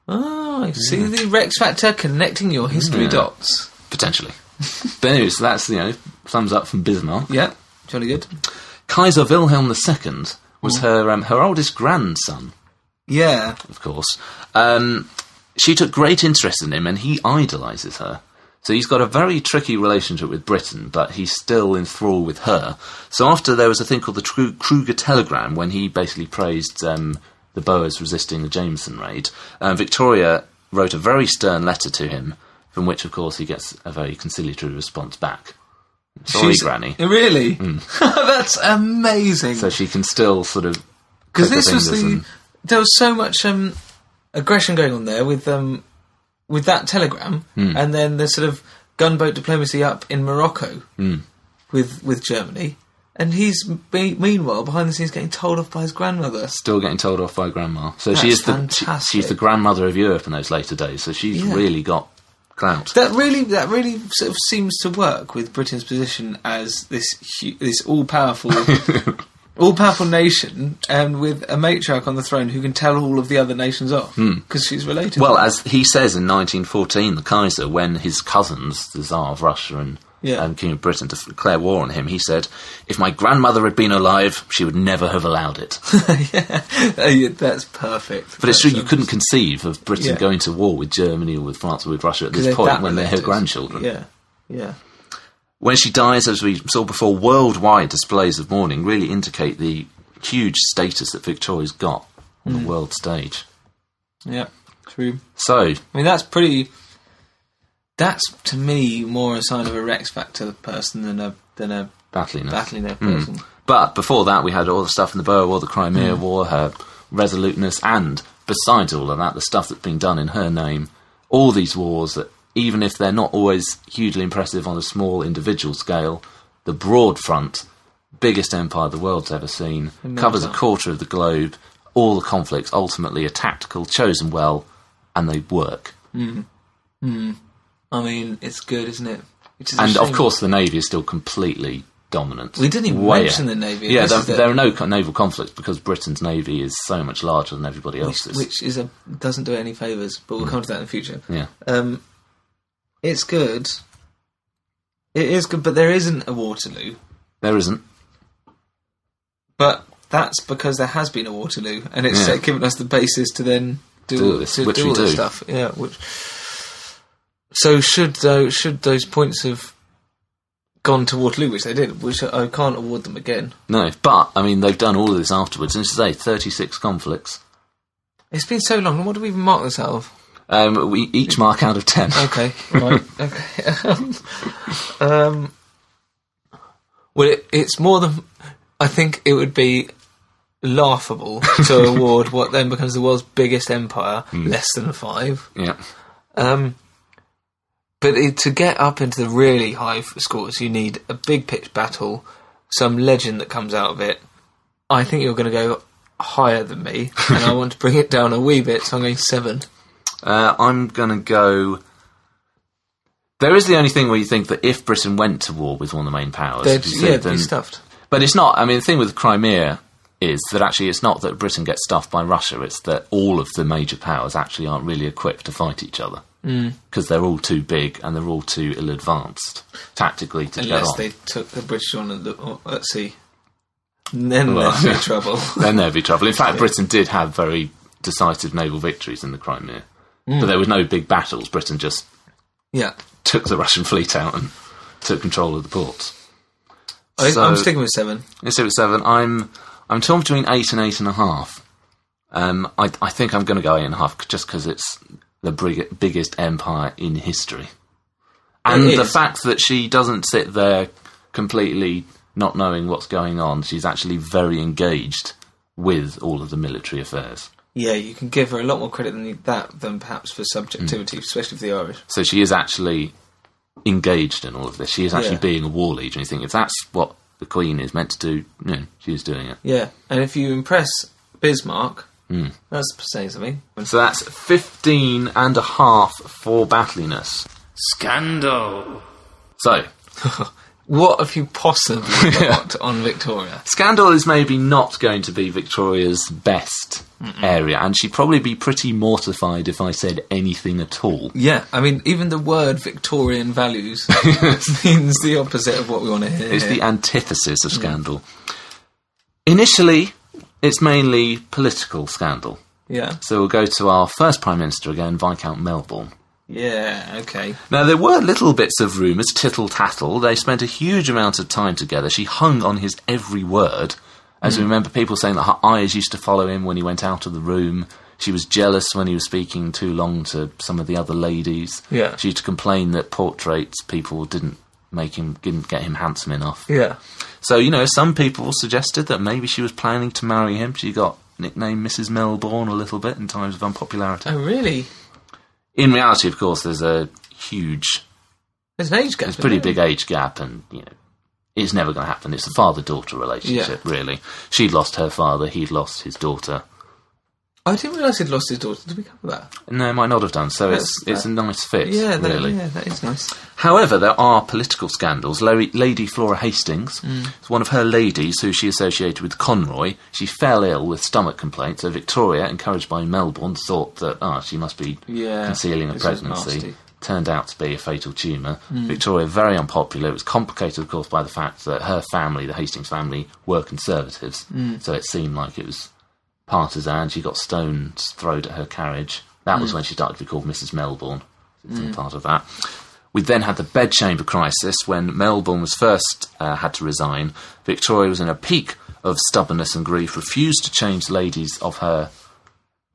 [SPEAKER 1] Ah, I see the Rex Factor connecting your history
[SPEAKER 2] Yeah.
[SPEAKER 1] dots.
[SPEAKER 2] potentially. but anyway, so that's you know thumbs up from Bismarck.
[SPEAKER 1] Yeah, jolly good.
[SPEAKER 2] Kaiser Wilhelm II was her um, her oldest grandson,
[SPEAKER 1] Yeah,
[SPEAKER 2] of course. Um, she took great interest in him, and he idolises her. So he's got a very tricky relationship with Britain, but he's still in thrall with her. So after there was a thing called the Kru- Kruger Telegram, when he basically praised um, the Boers resisting the Jameson raid, um, Victoria wrote a very stern letter to him, from which, of course, he gets a very conciliatory response back. Sorry, Granny. Hmm.
[SPEAKER 1] Really, that's amazing.
[SPEAKER 2] So she can still sort of
[SPEAKER 1] because
[SPEAKER 2] click her
[SPEAKER 1] this was
[SPEAKER 2] fingers
[SPEAKER 1] the
[SPEAKER 2] and-
[SPEAKER 1] there was so much um, aggression going on there with um, with that telegram,
[SPEAKER 2] Hmm.
[SPEAKER 1] and then the sort of gunboat diplomacy up in Morocco
[SPEAKER 2] Hmm.
[SPEAKER 1] with with Germany, and he's be- meanwhile behind the scenes getting told off by his grandmother.
[SPEAKER 2] Still getting told off by grandma. So she
[SPEAKER 1] That's
[SPEAKER 2] is the she-
[SPEAKER 1] fantastic.
[SPEAKER 2] she's the grandmother of Europe in those later days. So she's
[SPEAKER 1] Yeah.
[SPEAKER 2] really got clout.
[SPEAKER 1] That really, that really sort of seems to work with Britain's position as this hu- this all powerful, all powerful nation, and with a matriarch on the throne who can tell all of the other nations off because she's related.
[SPEAKER 2] Hmm. Well, as he says in 1914, the Kaiser, when his cousins, the Tsar of Russia and,
[SPEAKER 1] Yeah.
[SPEAKER 2] and King of Britain, def- declare war on him, he said, If my grandmother had been alive, she would never have allowed it.
[SPEAKER 1] yeah, Uh, yeah, that's perfect.
[SPEAKER 2] But it's true, you couldn't conceive of Britain
[SPEAKER 1] Yeah.
[SPEAKER 2] going to war with Germany or with France or with Russia at this point when they're her grandchildren.
[SPEAKER 1] Yeah, yeah.
[SPEAKER 2] When she dies, as we saw before, worldwide displays of mourning really indicate the huge status that Victoria's got on the world stage.
[SPEAKER 1] Yeah, true.
[SPEAKER 2] So,
[SPEAKER 1] I mean, that's pretty. That's to me more a sign of a Rex Factor person than a than a
[SPEAKER 2] battliness.
[SPEAKER 1] battling a
[SPEAKER 2] Mm.
[SPEAKER 1] person.
[SPEAKER 2] But before that, we had all the stuff in the Boer War, the Crimea War, her resoluteness, and besides all of that, the stuff that's been done in her name, all these wars that, even if they're not always hugely impressive on a small individual scale, the broad front, biggest empire the world's ever seen, covers a quarter of the globe, all the conflicts ultimately are tactical, chosen well, and they work.
[SPEAKER 1] I mean, it's good, isn't it? Which is a
[SPEAKER 2] And of
[SPEAKER 1] shame.
[SPEAKER 2] course, the navy is still completely dominant.
[SPEAKER 1] We didn't even
[SPEAKER 2] Way
[SPEAKER 1] mention
[SPEAKER 2] ahead.
[SPEAKER 1] the navy.
[SPEAKER 2] Yeah,
[SPEAKER 1] This
[SPEAKER 2] there,
[SPEAKER 1] is the-
[SPEAKER 2] there are no co- naval conflicts because Britain's navy is so much larger than everybody
[SPEAKER 1] which,
[SPEAKER 2] else's.
[SPEAKER 1] which is a doesn't do it any favors, but
[SPEAKER 2] Hmm.
[SPEAKER 1] we'll come to that in the future.
[SPEAKER 2] yeah,
[SPEAKER 1] Um, it's good. It is good, but there isn't a Waterloo.
[SPEAKER 2] there isn't.
[SPEAKER 1] But that's because there has been a Waterloo, and it's
[SPEAKER 2] Yeah.
[SPEAKER 1] uh, given us the basis to then do,
[SPEAKER 2] Do
[SPEAKER 1] all-
[SPEAKER 2] this,
[SPEAKER 1] to
[SPEAKER 2] which we
[SPEAKER 1] all this
[SPEAKER 2] do.
[SPEAKER 1] stuff. Yeah, which. So should though should those points have gone to Waterloo, which they did, which I can't award them again.
[SPEAKER 2] No, but I mean they've done all of this afterwards. And as I say, thirty-six conflicts.
[SPEAKER 1] It's been so long. What do we even mark this out of?
[SPEAKER 2] Um, we each mark out of ten.
[SPEAKER 1] Okay, right. okay. um, well, it, it's more than I think it would be laughable to award what then becomes the world's biggest empire less than five.
[SPEAKER 2] yeah,
[SPEAKER 1] Um, but it, to get up into the really high f- scores, you need a big pitch battle, some legend that comes out of it. I think you're going to go higher than me, and I want to bring it down a wee bit, so I'm going seven.
[SPEAKER 2] uh, I'm gonna go. There is the only thing where you think that if Britain went to war with one of the main powers,
[SPEAKER 1] They'd,
[SPEAKER 2] as you
[SPEAKER 1] yeah,
[SPEAKER 2] said,
[SPEAKER 1] be
[SPEAKER 2] then-
[SPEAKER 1] stuffed.
[SPEAKER 2] But it's not. I mean, the thing with Crimea is that actually it's not that Britain gets stuffed by Russia. It's that all of the major powers actually aren't really equipped to fight each other because they're all too big and they're all too ill advanced tactically to get
[SPEAKER 1] Unless
[SPEAKER 2] on.
[SPEAKER 1] they took the British on at the, oh, at sea. And then
[SPEAKER 2] Well,
[SPEAKER 1] they're in trouble.
[SPEAKER 2] then there'd be trouble. In fact, Britain did have very decisive naval victories in the Crimea, but there was no big battles. Britain just
[SPEAKER 1] yeah.
[SPEAKER 2] took the Russian fleet out and took control of the ports.
[SPEAKER 1] I,
[SPEAKER 2] So-
[SPEAKER 1] I'm sticking with seven.
[SPEAKER 2] Let's see what seven. I'm I'm torn between eight and eight and a half. Um, I I think I'm going to go eight and a half c- just because it's the brig- biggest empire in history, and
[SPEAKER 1] It
[SPEAKER 2] the
[SPEAKER 1] is.
[SPEAKER 2] fact that she doesn't sit there completely not knowing what's going on. She's actually very engaged with all of the military affairs.
[SPEAKER 1] Yeah, you can give her a lot more credit than you- that than perhaps for subjectivity,
[SPEAKER 2] Hmm.
[SPEAKER 1] especially for the Irish.
[SPEAKER 2] So she is actually engaged in all of this. She is actually
[SPEAKER 1] Yeah.
[SPEAKER 2] being a war leader. And you think if that's what the Queen is meant to do, you know, she is doing it.
[SPEAKER 1] Yeah, and if you impress Bismarck,
[SPEAKER 2] Hmm.
[SPEAKER 1] that's saying something.
[SPEAKER 2] So that's 15 and a half for battliness.
[SPEAKER 3] Scandal.
[SPEAKER 2] So,
[SPEAKER 1] What have you possibly got on Victoria?
[SPEAKER 2] Scandal is maybe not going to be Victoria's best area, and she'd probably be pretty mortified if I said anything at all.
[SPEAKER 1] Yeah, I mean, even the word Victorian values means the opposite of what we want to hear.
[SPEAKER 2] It's the antithesis of Scandal. Initially, it's mainly political scandal.
[SPEAKER 1] yeah,
[SPEAKER 2] So we'll go to our first Prime Minister again, Viscount Melbourne.
[SPEAKER 1] yeah, okay.
[SPEAKER 2] Now, there were little bits of rumours, tittle tattle. They spent a huge amount of time together. She hung on his every word. As we remember, people saying that her eyes used to follow him when he went out of the room. She was jealous when he was speaking too long to some of the other ladies.
[SPEAKER 1] Yeah.
[SPEAKER 2] She used to complain that portraits people didn't make him, didn't get him handsome enough.
[SPEAKER 1] Yeah,
[SPEAKER 2] So, you know, some people suggested that maybe she was planning to marry him. She got nicknamed Mrs. Melbourne a little bit in times of unpopularity.
[SPEAKER 1] oh really?
[SPEAKER 2] In reality, of course, there's a huge,
[SPEAKER 1] There's an age gap.
[SPEAKER 2] it's pretty
[SPEAKER 1] isn't
[SPEAKER 2] big age gap, and you know, it's never going to happen. It's a father-daughter relationship, really. She lost her father, he lost his daughter.
[SPEAKER 1] there? I didn't realise he'd lost his daughter. Did we cover that?
[SPEAKER 2] No, might not have done. So it's
[SPEAKER 1] That's-
[SPEAKER 2] it's a nice fit,
[SPEAKER 1] Yeah, that,
[SPEAKER 2] really.
[SPEAKER 1] yeah, that is nice.
[SPEAKER 2] However, there are political scandals. La- Lady Flora Hastings,
[SPEAKER 1] Mm.
[SPEAKER 2] it's one of her ladies who she associated with Conroy, she fell ill with stomach complaints. So Victoria, encouraged by Melbourne, thought that ah, she must be
[SPEAKER 1] Yeah,
[SPEAKER 2] concealing a
[SPEAKER 1] this is
[SPEAKER 2] pregnancy.
[SPEAKER 1] nasty. Mm.
[SPEAKER 2] Turned out to be a fatal tumour. Victoria, very unpopular. It was complicated, of course, by the fact that her family, the Hastings family, were conservatives.
[SPEAKER 1] Mm.
[SPEAKER 2] So it seemed like it was partisan. She got stones thrown at her carriage. That
[SPEAKER 1] Mm.
[SPEAKER 2] was when she started to be called Mrs. Melbourne. It's all part of that. We then had the bedchamber crisis when Melbourne was first uh, had to resign. Victoria was in a peak of stubbornness and grief, refused to change the ladies of her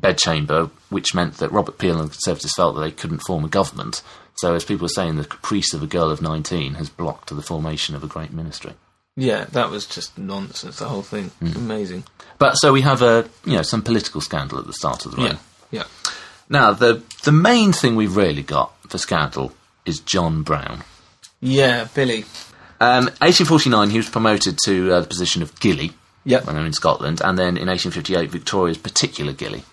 [SPEAKER 2] bedchamber, which meant that Robert Peel and the Conservatives felt that they couldn't form a government. So, as people were saying, the caprice of a girl of 19 has blocked the formation of a great ministry.
[SPEAKER 1] Yeah, that was just nonsense. The whole thing,
[SPEAKER 2] Hmm.
[SPEAKER 1] amazing.
[SPEAKER 2] But so we have a you know some political scandal at the start of the reign.
[SPEAKER 1] Yeah, yeah.
[SPEAKER 2] Now, the the main thing we've really got for scandal is John Brown.
[SPEAKER 1] Yeah, Billy.
[SPEAKER 2] Um, 1849, he was promoted to uh, the position of Gilly
[SPEAKER 1] Yep.
[SPEAKER 2] when they were in Scotland, and then in 1858, Victoria's particular Gilly.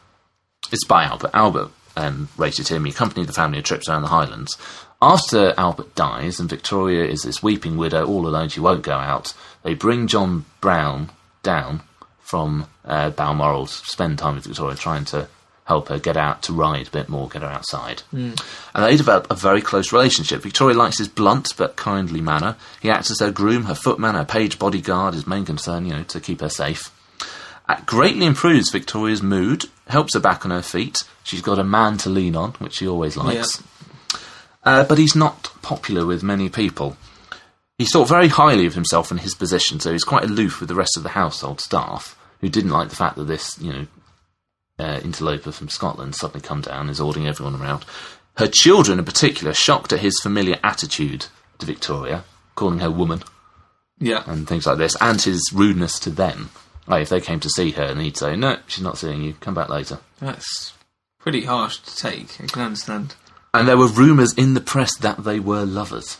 [SPEAKER 2] It's by Albert. Albert um, rated him. He accompanied the family on trips around the Highlands. After Albert dies and Victoria is this weeping widow all alone, she won't go out. They bring John Brown down from uh, Balmoral to spend time with Victoria, trying to help her get out to ride a bit more, get her outside. And they develop a very close relationship. Victoria likes his blunt but kindly manner. He acts as her groom, her footman, her page, bodyguard, his main concern, you know, to keep her safe. Uh, greatly improves Victoria's mood, helps her back on her feet. She's got a man to lean on, which she always likes. Uh, but he's not popular with many people. He thought very highly of himself and his position, so he's quite aloof with the rest of the household staff, who didn't like the fact that this, you know, uh, interloper from Scotland suddenly come down and is ordering everyone around. Her children, in particular, shocked at his familiar attitude to Victoria, calling her woman
[SPEAKER 1] Yeah.
[SPEAKER 2] and things like this, and his rudeness to them. Like if they came to see her and he'd say, "No, she's not seeing you. Come back later."
[SPEAKER 1] That's pretty harsh to take. I can understand.
[SPEAKER 2] And there were rumours in the press that they were lovers,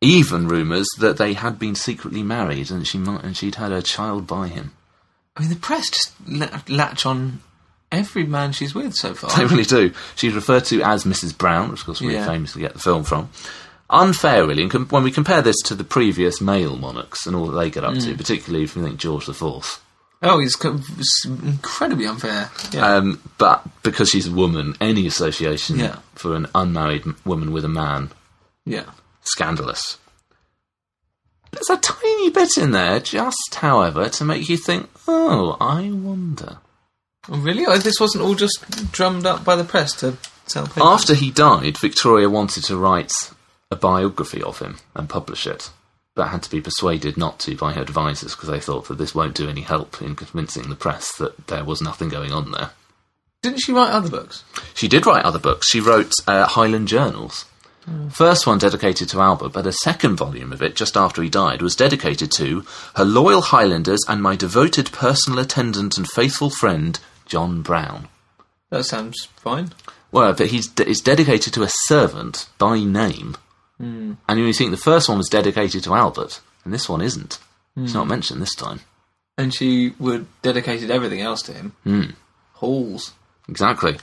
[SPEAKER 2] even rumours that they had been secretly married and she might, and she'd had her child by him.
[SPEAKER 1] I mean, the press just la- latch on every man she's with so far.
[SPEAKER 2] They really do. She's referred to as Mrs. Brown, which of course we
[SPEAKER 1] Yeah.
[SPEAKER 2] famously get the film from. Unfair, really, and com- when we compare this to the previous male monarchs and all that they get up
[SPEAKER 1] Mm.
[SPEAKER 2] to, particularly if you think George IV.
[SPEAKER 1] oh, he's co- it's incredibly unfair. Yeah.
[SPEAKER 2] Um, but because she's a woman, any association
[SPEAKER 1] Yeah.
[SPEAKER 2] for an unmarried m- woman with a man,
[SPEAKER 1] yeah.
[SPEAKER 2] scandalous. There's a tiny bit in there, just, however, to make you think, oh, I wonder.
[SPEAKER 1] Oh, really? Oh, this wasn't all just drummed up by the press to sell papers?
[SPEAKER 2] After he died, Victoria wanted to write a biography of him and publish it, but had to be persuaded not to by her advisors because they thought that this won't do any help in convincing the press that there was nothing going on there.
[SPEAKER 1] Didn't she write other books?
[SPEAKER 2] She did write other books. She wrote uh, Highland Journals. First one dedicated to Albert, but a second volume of it, just after he died, was dedicated to her loyal Highlanders and my devoted personal attendant and faithful friend, John Brown.
[SPEAKER 1] That sounds fine.
[SPEAKER 2] Well, but he's d- it's dedicated to a servant by name. And you think the first one was dedicated to Albert, and this one isn't. It's not mentioned this time.
[SPEAKER 1] And she would dedicated everything else to him. Halls.
[SPEAKER 2] Exactly.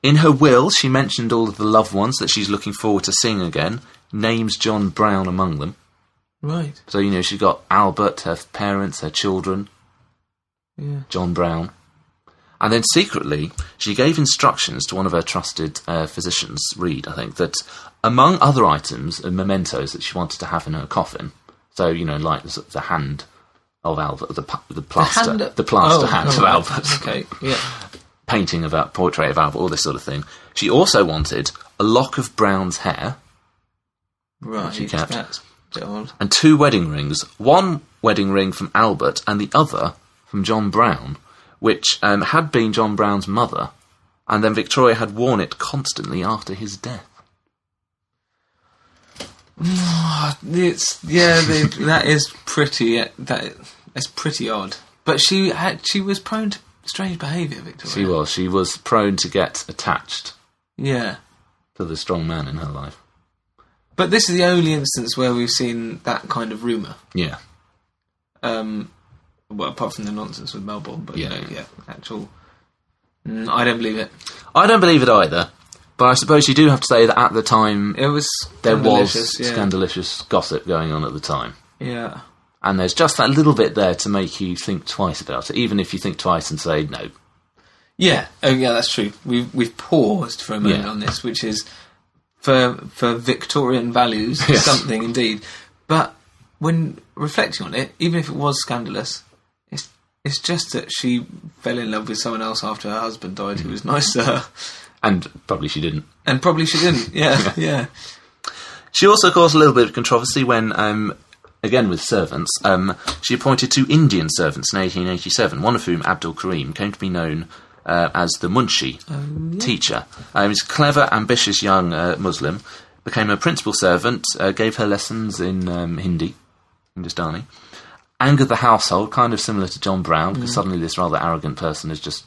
[SPEAKER 2] In her will, she mentioned all of the loved ones that she's looking forward to seeing again, names John Brown among them.
[SPEAKER 1] Right.
[SPEAKER 2] So, you know, she's got Albert, her parents, her children,
[SPEAKER 1] Yeah.
[SPEAKER 2] John Brown. And then secretly, she gave instructions to one of her trusted uh, physicians, Reed, I think, that among other items and mementos that she wanted to have in her coffin, so, you know, like the, the hand of Albert, the, pu- the plaster, the,
[SPEAKER 1] Hand-
[SPEAKER 2] plaster
[SPEAKER 1] Oh,
[SPEAKER 2] hand
[SPEAKER 1] oh,
[SPEAKER 2] of
[SPEAKER 1] right.
[SPEAKER 2] Albert
[SPEAKER 1] Okay, yeah.
[SPEAKER 2] painting of Al- portrait of Albert, all this sort of thing. She also wanted a lock of Brown's hair
[SPEAKER 1] Right.
[SPEAKER 2] She kept.
[SPEAKER 1] That's a bit odd.
[SPEAKER 2] and two wedding rings. One wedding ring from Albert and the other from John Brown, which um, had been John Brown's mother, and then Victoria had worn it constantly after his death.
[SPEAKER 1] Uh, It's yeah, they, that is pretty. uh, That that's pretty odd. But she had, she was prone to strange behaviour, Victoria.
[SPEAKER 2] She was. She was prone to get attached.
[SPEAKER 1] Yeah,
[SPEAKER 2] to the strong man in her life.
[SPEAKER 1] But this is the only instance where we've seen that kind of rumour.
[SPEAKER 2] Yeah.
[SPEAKER 1] Um, well, apart from the nonsense with Melbourne, but
[SPEAKER 2] Yeah.
[SPEAKER 1] you know, yeah, actual. Mm, I don't believe it.
[SPEAKER 2] I don't believe it either, but I suppose you do have to say that at the time
[SPEAKER 1] It was
[SPEAKER 2] there was
[SPEAKER 1] scandalous, yeah.
[SPEAKER 2] scandalous gossip going on at the time.
[SPEAKER 1] Yeah.
[SPEAKER 2] And there's just that little bit there to make you think twice about it, even if you think twice and say no.
[SPEAKER 1] Yeah. Oh, yeah. That's true. We've we've paused for a moment
[SPEAKER 2] Yeah.
[SPEAKER 1] on this, which is for for Victorian values
[SPEAKER 2] Yes.
[SPEAKER 1] something indeed. But when reflecting on it, even if it was scandalous, it's it's just that she fell in love with someone else after her husband died, who was nice to her,
[SPEAKER 2] And probably she didn't.
[SPEAKER 1] and probably she didn't. Yeah. yeah.
[SPEAKER 2] She also caused a little bit of controversy when, um, again with servants, um, she appointed two Indian servants in 1887, one of whom, Abdul Karim, came to be known uh, as the Munshi teacher. Uh, he was a clever, ambitious young uh, Muslim, became her principal servant, uh, gave her lessons in um, Hindi, Hindustani, angered the household, kind of similar to John Brown, because suddenly this rather arrogant person has just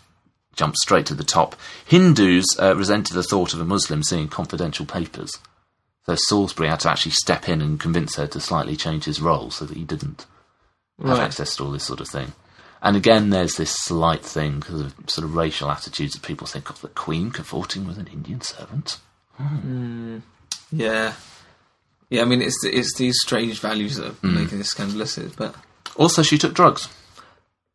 [SPEAKER 2] jumped straight to the top. Hindus uh, resented the thought of a Muslim seeing confidential papers. So Salisbury had to actually step in and convince her to slightly change his role so that he didn't have
[SPEAKER 1] Right.
[SPEAKER 2] access to all this sort of thing. And again, there's this slight thing because of sort of racial attitudes that people think of the Queen cavorting with an Indian servant.
[SPEAKER 1] Yeah. Yeah. I mean, it's it's these strange values that are making this scandalous, but.
[SPEAKER 2] Also, she took drugs.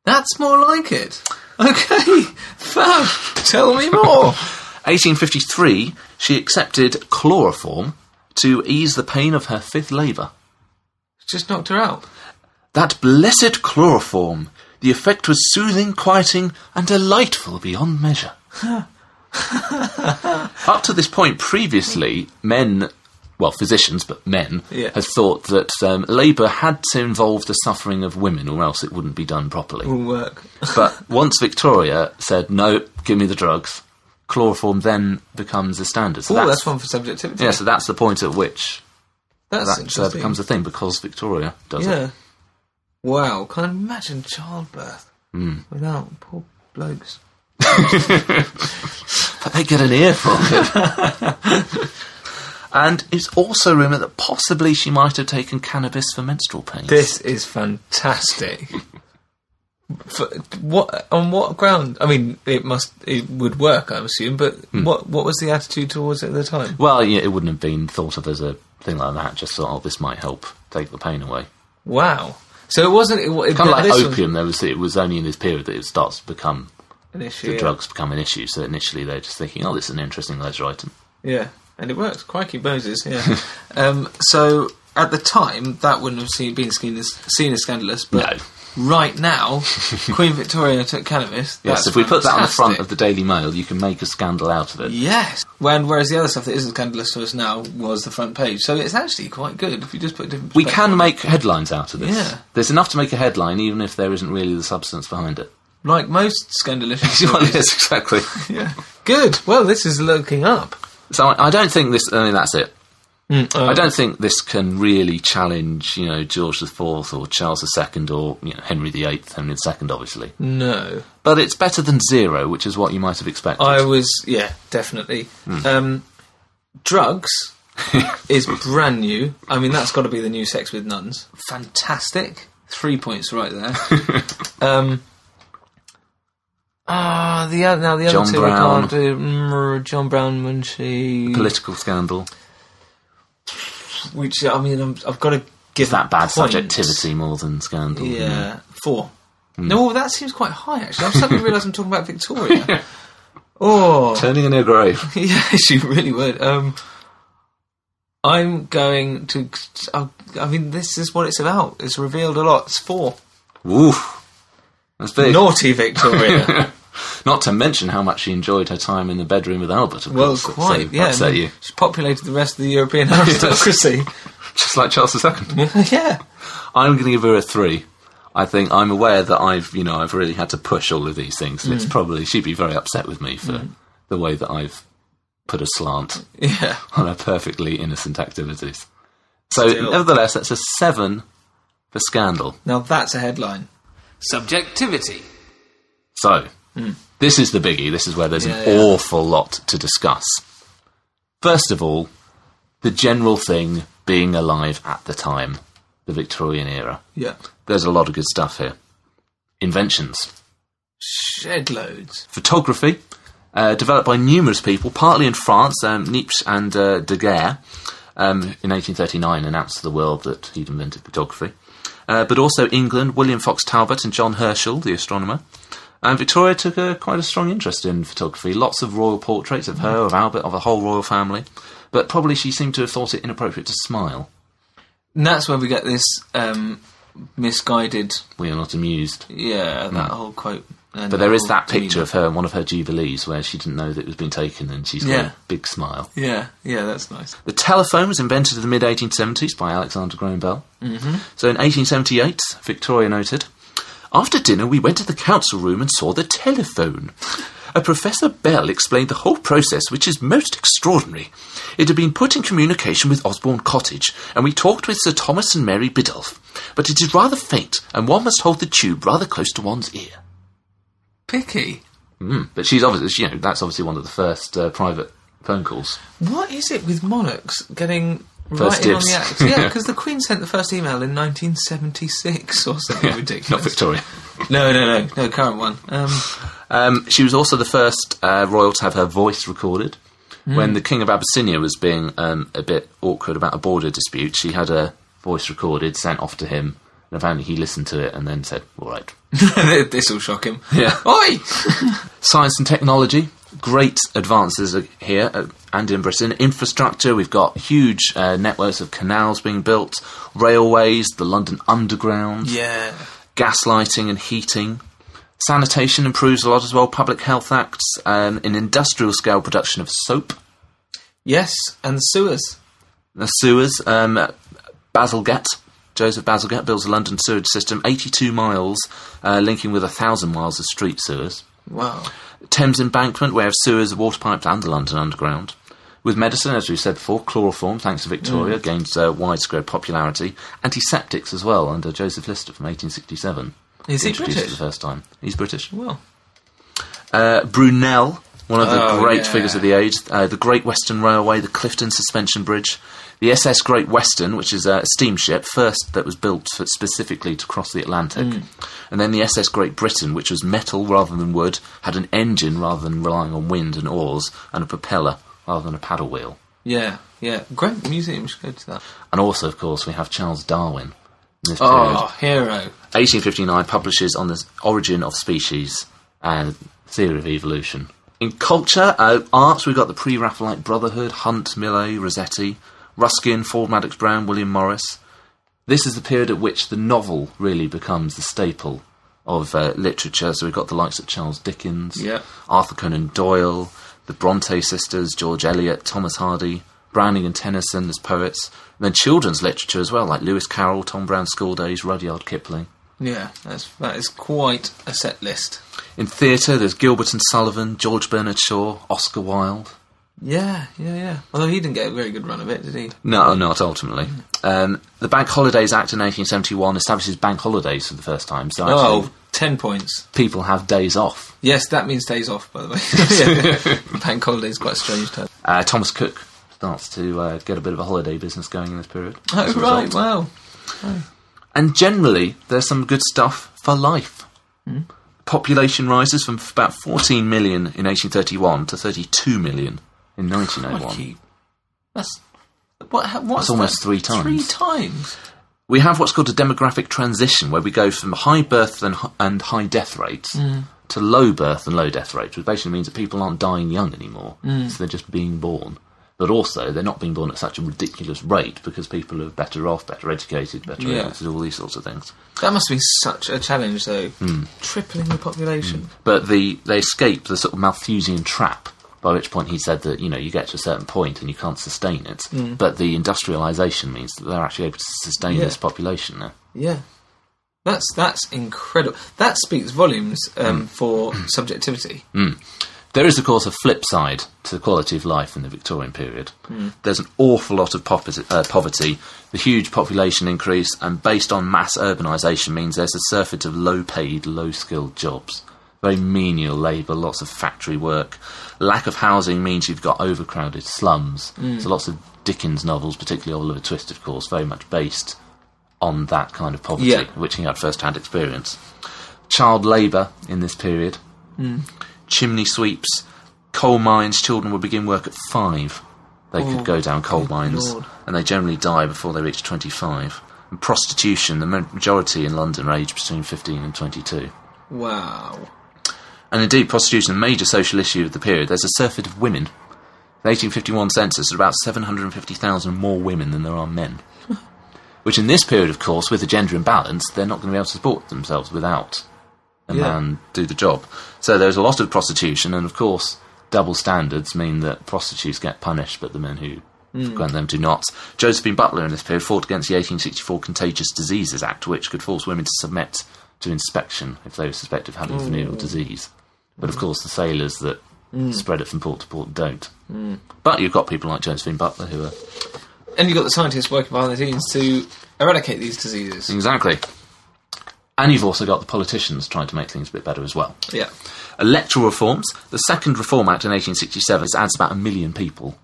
[SPEAKER 1] That's more like it. Okay, Fab, tell me more.
[SPEAKER 2] 1853, she accepted chloroform to ease the pain of her fifth labour.
[SPEAKER 1] Just knocked her out.
[SPEAKER 2] That blessed chloroform! The effect was soothing, quieting, and delightful beyond measure. Up to this point, previously, men, well, physicians, but men,
[SPEAKER 1] Yeah.
[SPEAKER 2] had thought that um, labour had to involve the suffering of women or else it wouldn't be done properly.
[SPEAKER 1] Will work.
[SPEAKER 2] But once Victoria said, no, give me the drugs, chloroform then becomes the standard. So
[SPEAKER 1] Oh, that's, one for subjectivity.
[SPEAKER 2] Yeah, so that's the point at which
[SPEAKER 1] that's
[SPEAKER 2] that uh,
[SPEAKER 1] interesting.
[SPEAKER 2] becomes a thing because Victoria does it.
[SPEAKER 1] yeah. Wow, can I imagine childbirth
[SPEAKER 2] Hmm.
[SPEAKER 1] without poor blokes?
[SPEAKER 2] But they get an earful. and it's also rumoured that possibly she might have taken cannabis for menstrual pains.
[SPEAKER 1] This is fantastic. For, what on what ground? I mean, it must it would work, I assume. But
[SPEAKER 2] Hmm.
[SPEAKER 1] what what was the attitude towards it at the time?
[SPEAKER 2] Well, yeah, it wouldn't have been thought of as a thing like that. Just thought, oh, this might help take the pain away.
[SPEAKER 1] Wow. So it wasn't it, it
[SPEAKER 2] Kind of like
[SPEAKER 1] this was
[SPEAKER 2] opium. There was it was only in this period that it starts to become
[SPEAKER 1] an issue.
[SPEAKER 2] the
[SPEAKER 1] yeah.
[SPEAKER 2] drugs become an issue. So initially they're just thinking, oh, this is an interesting leisure item.
[SPEAKER 1] Yeah, and it works. Crikey Moses, yeah. um, so at the time, that wouldn't have seen, been seen as, seen as scandalous, but right now, Queen Victoria took cannabis.
[SPEAKER 2] Yes,
[SPEAKER 1] that's
[SPEAKER 2] if we put that on the front
[SPEAKER 1] fantastic.
[SPEAKER 2] of the Daily Mail, you can make a scandal out of it.
[SPEAKER 1] Yes. When whereas the other stuff that isn't scandalous to us now was the front page, so it's actually quite good if you just put a different.
[SPEAKER 2] We
[SPEAKER 1] perspective
[SPEAKER 2] can
[SPEAKER 1] on
[SPEAKER 2] make headlines out of this.
[SPEAKER 1] Yeah.
[SPEAKER 2] There's enough to make a headline, even if there isn't really the substance behind it.
[SPEAKER 1] it. like most scandalous.
[SPEAKER 2] Well,
[SPEAKER 1] stories.
[SPEAKER 2] yes, exactly.
[SPEAKER 1] yeah. Good. Well, this is looking up.
[SPEAKER 2] So I, I don't think this. I mean, that's it.
[SPEAKER 1] Mm, uh,
[SPEAKER 2] Hmm, I don't think this can really challenge, you know, George IV or Charles II or you know, Henry VIII, Henry II, obviously.
[SPEAKER 1] No.
[SPEAKER 2] But it's better than zero, which is what you might have expected.
[SPEAKER 1] I was, yeah, definitely.
[SPEAKER 2] Hmm.
[SPEAKER 1] Um, drugs is brand new. I mean, that's got to be the new Sex with Nuns. Fantastic. Three points right there. um, ah, the oth- now the
[SPEAKER 2] John
[SPEAKER 1] other two
[SPEAKER 2] Brown.
[SPEAKER 1] I can't do. Mm, John Brown, Munchie,
[SPEAKER 2] Political scandal,
[SPEAKER 1] which I mean, I'm, I've got to give
[SPEAKER 2] that bad
[SPEAKER 1] points.
[SPEAKER 2] subjectivity Hmm. more than scandal. you
[SPEAKER 1] Yeah,
[SPEAKER 2] know.
[SPEAKER 1] four. No, that seems quite high actually. I've suddenly realised I'm talking about Victoria. Oh,
[SPEAKER 2] Turning in her grave.
[SPEAKER 1] yeah, she really would. Um, I'm going to. I, I mean, this is what it's about. It's revealed a lot. It's four.
[SPEAKER 2] Woof. That's big.
[SPEAKER 1] Naughty Victoria.
[SPEAKER 2] Not to mention how much she enjoyed her time in the bedroom with Albert, of
[SPEAKER 1] well,
[SPEAKER 2] course. so
[SPEAKER 1] quite. yeah,
[SPEAKER 2] upset
[SPEAKER 1] I mean,
[SPEAKER 2] you.
[SPEAKER 1] she populated the rest of the European aristocracy.
[SPEAKER 2] Just like Charles II.
[SPEAKER 1] yeah.
[SPEAKER 2] I'm going to give her a three. I think I'm aware that I've, you know, I've really had to push all of these things, and it's
[SPEAKER 1] Mm.
[SPEAKER 2] probably she'd be very upset with me for the way that I've put a slant
[SPEAKER 1] Yeah.
[SPEAKER 2] on her perfectly innocent activities. So,
[SPEAKER 1] Still.
[SPEAKER 2] nevertheless, that's a seven for scandal.
[SPEAKER 1] Now that's a headline.
[SPEAKER 3] Subjectivity.
[SPEAKER 2] So, this is the biggie. This is where there's
[SPEAKER 1] Mm. Yeah,
[SPEAKER 2] an
[SPEAKER 1] yeah.
[SPEAKER 2] awful lot to discuss. First of all, the general thing being alive at the time, the Victorian era.
[SPEAKER 1] Yeah.
[SPEAKER 2] There's a lot of good stuff here. Inventions.
[SPEAKER 1] Shed loads.
[SPEAKER 2] photography, uh, developed by numerous people, partly in France, um, Niepce and uh, Daguerre, um, in 1839 announced to the world that he'd invented photography. Uh, but also England, William Fox Talbot and John Herschel, the astronomer. And Victoria took a, quite a strong interest in photography. Lots of royal portraits of her, of Albert, of the whole royal family. But probably she seemed to have thought it inappropriate to smile.
[SPEAKER 1] And that's where we get this um, misguided,
[SPEAKER 2] We are not amused.
[SPEAKER 1] yeah, that whole quote. And
[SPEAKER 2] Hmm. But there is
[SPEAKER 1] whole
[SPEAKER 2] that picture
[SPEAKER 1] demeanour.
[SPEAKER 2] of her in one of her jubilees where she didn't know that it was being taken and she's got
[SPEAKER 1] Yeah.
[SPEAKER 2] a big smile.
[SPEAKER 1] Yeah, yeah, that's nice.
[SPEAKER 2] The telephone was invented in the mid 1870s by Alexander Graham Bell. Mm-hmm. So in 1878, Victoria noted, After dinner, we went to the council room and saw the telephone. A Professor Bell explained the whole process, which is most extraordinary. It had been put in communication with Osborne Cottage, and we talked with Sir Thomas and Mary Biddulph. But it is rather faint, and one must hold the tube rather close to one's ear.
[SPEAKER 1] Picky.
[SPEAKER 2] Mm. But she's obviously, you know, that's obviously one of the first uh, private phone calls.
[SPEAKER 1] What is it with monarchs getting
[SPEAKER 2] First
[SPEAKER 1] right in on
[SPEAKER 2] dibs.
[SPEAKER 1] the act? Yeah, because the Queen sent the first email in 1976 or something
[SPEAKER 2] Not
[SPEAKER 1] ridiculous.
[SPEAKER 2] Victoria.
[SPEAKER 1] No, no, no, no, current one. Um,
[SPEAKER 2] Um, she was also the first uh, royal to have her voice recorded. When the King of Abyssinia was being um, a bit awkward about a border dispute, she had her voice recorded, sent off to him, and apparently he listened to it and then said, All right.
[SPEAKER 1] this will shock him.
[SPEAKER 2] Yeah.
[SPEAKER 1] Oi!
[SPEAKER 2] Science and technology, great advances are here uh, and in Britain. Infrastructure, we've got huge uh, networks of canals being built, railways, the London Underground
[SPEAKER 1] yeah.
[SPEAKER 2] gas lighting and heating. Sanitation improves a lot as well. Public health acts, um, an industrial scale production of soap,
[SPEAKER 1] Yes, and sewers.
[SPEAKER 2] the sewers. Um, Bazalgette, Joseph Bazalgette builds a London sewage system, 82 miles, uh, linking with a thousand miles of street sewers.
[SPEAKER 1] Wow.
[SPEAKER 2] Thames Embankment, we have sewers, water pipes, and the London Underground. With medicine, as we said before, chloroform, thanks to
[SPEAKER 1] Mm.
[SPEAKER 2] Victoria, gains uh, widespread popularity. Antiseptics as well, under Joseph Lister from 1867.
[SPEAKER 1] Is he
[SPEAKER 2] introduced
[SPEAKER 1] British?
[SPEAKER 2] for the first time. He's British.
[SPEAKER 1] Well,
[SPEAKER 2] Uh, Brunel, one of the
[SPEAKER 1] Oh,
[SPEAKER 2] great
[SPEAKER 1] yeah.
[SPEAKER 2] figures of the age, uh, the Great Western Railway, the Clifton Suspension Bridge, the SS Great Western, which is a steamship, first that was built for, specifically to cross the Atlantic,
[SPEAKER 1] Mm.
[SPEAKER 2] and then the SS Great Britain, which was metal rather than wood, had an engine rather than relying on wind and oars, and a propeller rather than a paddle wheel.
[SPEAKER 1] yeah, yeah. Great museum, we should go to that.
[SPEAKER 2] And also, of course, we have Charles Darwin. In this period.
[SPEAKER 1] Oh, hero.
[SPEAKER 2] 1859 publishes on the origin of species and theory of evolution. In culture, uh, arts, we've got the Pre-Raphaelite Brotherhood, Hunt, Millet, Rossetti, Ruskin, Ford Madox Brown, William Morris. This is the period at which the novel really becomes the staple of uh, literature. So we've got the likes of Charles Dickens,
[SPEAKER 1] Yeah.
[SPEAKER 2] Arthur Conan Doyle, the Bronte sisters, George Eliot, Thomas Hardy, Browning and Tennyson as poets, and then children's literature as well, like Lewis Carroll, Tom Brown's School Days, Rudyard Kipling.
[SPEAKER 1] Yeah, that's, that is quite a set list.
[SPEAKER 2] In theatre, there's Gilbert and Sullivan, George Bernard Shaw, Oscar Wilde.
[SPEAKER 1] Yeah, yeah, yeah. Although he didn't get a very good run of it, did he?
[SPEAKER 2] No, not ultimately. Um, the Bank Holidays Act in 1871 establishes bank holidays for the first time, so actually
[SPEAKER 1] Oh, 10 points.
[SPEAKER 2] people have days off.
[SPEAKER 1] Yes, that means days off, by the way. Yeah. Bank holiday is quite a strange term.
[SPEAKER 2] Uh, Thomas Cook starts to uh, get a bit of a holiday business going in this period.
[SPEAKER 1] Oh,
[SPEAKER 2] as a
[SPEAKER 1] right,
[SPEAKER 2] result.
[SPEAKER 1] wow.
[SPEAKER 2] And generally, there's some good stuff for life.
[SPEAKER 1] Hmm?
[SPEAKER 2] Population rises from f- about 14 million in 1831 to 32 million in 1901.
[SPEAKER 1] Crikey. That's, what, how- what's
[SPEAKER 2] That's almost
[SPEAKER 1] that?
[SPEAKER 2] three times.
[SPEAKER 1] Three times?
[SPEAKER 2] we have what's called a demographic transition, where we go from high birth and, hi- and high death rates
[SPEAKER 1] Mm.
[SPEAKER 2] to low birth and low death rates, which basically means that people aren't dying young anymore,
[SPEAKER 1] Mm.
[SPEAKER 2] so they're just being born. But also, they're not being born at such a ridiculous rate because people are better off, better educated, better
[SPEAKER 1] Yeah.
[SPEAKER 2] able to do all these sorts of things. Hmm.
[SPEAKER 1] That must be such a challenge, though. Tripling the population.
[SPEAKER 2] But the they escape the sort of Malthusian trap. By which point he said that you know you get to a certain point and you can't sustain it. But the industrialisation means that they're actually able to sustain
[SPEAKER 1] Mm. Yeah.
[SPEAKER 2] this population now.
[SPEAKER 1] Yeah. That's that's incredible. That speaks volumes
[SPEAKER 2] Hmm.
[SPEAKER 1] um, for subjectivity.
[SPEAKER 2] There is, of course, a flip side to the quality of life in the Victorian period. There's an awful lot of poverty, uh, poverty, the huge population increase, and based on mass urbanisation means there's a surfeit of low paid, low skilled jobs. very menial labour, lots of factory work. Lack of housing means you've got overcrowded slums. So lots of Dickens novels, particularly Oliver Twist, of course, very much based on that kind of poverty,
[SPEAKER 1] Yeah.
[SPEAKER 2] which he had first-hand experience. Child labour in this period, chimney sweeps, coal mines. Children would begin work at five. They
[SPEAKER 1] Oh,
[SPEAKER 2] could go down coal
[SPEAKER 1] good
[SPEAKER 2] mines,
[SPEAKER 1] lord.
[SPEAKER 2] and they generally die before they reach twenty-five. And prostitution, the ma- majority in London are aged between fifteen and twenty-two.
[SPEAKER 1] Wow.
[SPEAKER 2] And indeed, prostitution, a major social issue of the period. There's a surfeit of women. The 1851 census, there are about 750,000 more women than there are men. Which, in this period, of course, with the gender imbalance, they're not going to be able to support themselves without a
[SPEAKER 1] Yeah.
[SPEAKER 2] man do the job. So there's a lot of prostitution, and of course, double standards mean that prostitutes get punished, but the men who frequent them do not. Josephine Butler, in this period, fought against the 1864 Contagious Diseases Act, which could force women to submit to inspection if they were suspected of having venereal disease. But of course, the sailors that spread it from port to port don't. But you've got people like Josephine Butler who are
[SPEAKER 1] And you've got the scientists working behind the scenes to eradicate these
[SPEAKER 2] Hmm.
[SPEAKER 1] diseases.
[SPEAKER 2] exactly. And you've also got the politicians trying to make things a bit better as well.
[SPEAKER 1] Yeah.
[SPEAKER 2] Electoral reforms. The Second Reform Act in 1867 adds about a million people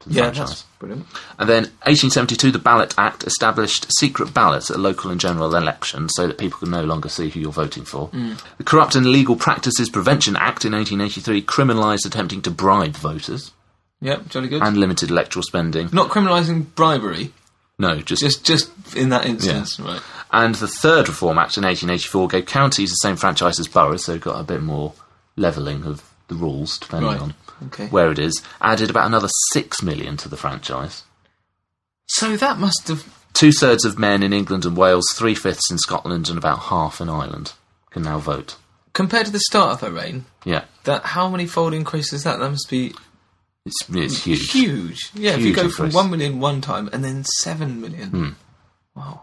[SPEAKER 2] to the
[SPEAKER 1] Yeah, that's
[SPEAKER 2] franchise.
[SPEAKER 1] brilliant.
[SPEAKER 2] And then 1872, the Ballot Act established secret ballots at local and general elections so that people could no longer see who you're voting for. The Corrupt and Illegal Practices Prevention Act in 1883 criminalised attempting to bribe voters
[SPEAKER 1] Yep, jolly good.
[SPEAKER 2] and limited electoral spending.
[SPEAKER 1] Not criminalising bribery,
[SPEAKER 2] No, just
[SPEAKER 1] just just in that instance, right?
[SPEAKER 2] And the Third Reform Act in 1884 gave counties the same franchise as boroughs, so got a bit more levelling of the rules, depending
[SPEAKER 1] Right.
[SPEAKER 2] on
[SPEAKER 1] Okay.
[SPEAKER 2] where it is. Added about another 6 million to the franchise.
[SPEAKER 1] So that must have.
[SPEAKER 2] Two thirds of men in England and Wales, three fifths in Scotland, and about half in Ireland can now vote.
[SPEAKER 1] Compared to the start of her reign,
[SPEAKER 2] Yeah,
[SPEAKER 1] that how many fold increase is that? That must be
[SPEAKER 2] it's, it's huge.
[SPEAKER 1] huge. Yeah, if you
[SPEAKER 2] Huge
[SPEAKER 1] go from
[SPEAKER 2] increase. Hmm.
[SPEAKER 1] one million one time and then seven million. Wow.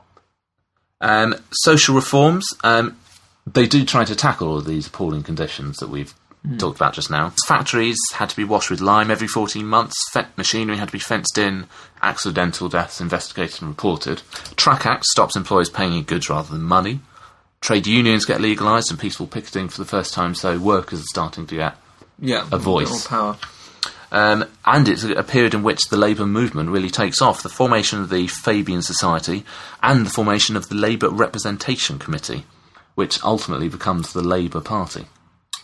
[SPEAKER 2] Um, social reforms, um, they do try to tackle all of these appalling conditions that we've talked about just now. Factories had to be washed with lime every 14 months, fe- machinery had to be fenced in, accidental deaths investigated and reported. Track Act stops employers paying in goods rather than money. Trade unions get legalised and peaceful picketing for the first time, so workers are starting to get
[SPEAKER 1] Yeah.
[SPEAKER 2] A voice.
[SPEAKER 1] More power.
[SPEAKER 2] um, and it's a a period in which the labour movement really takes off. The formation of the Fabian Society and the formation of the Labour Representation Committee, which ultimately becomes the Labour Party.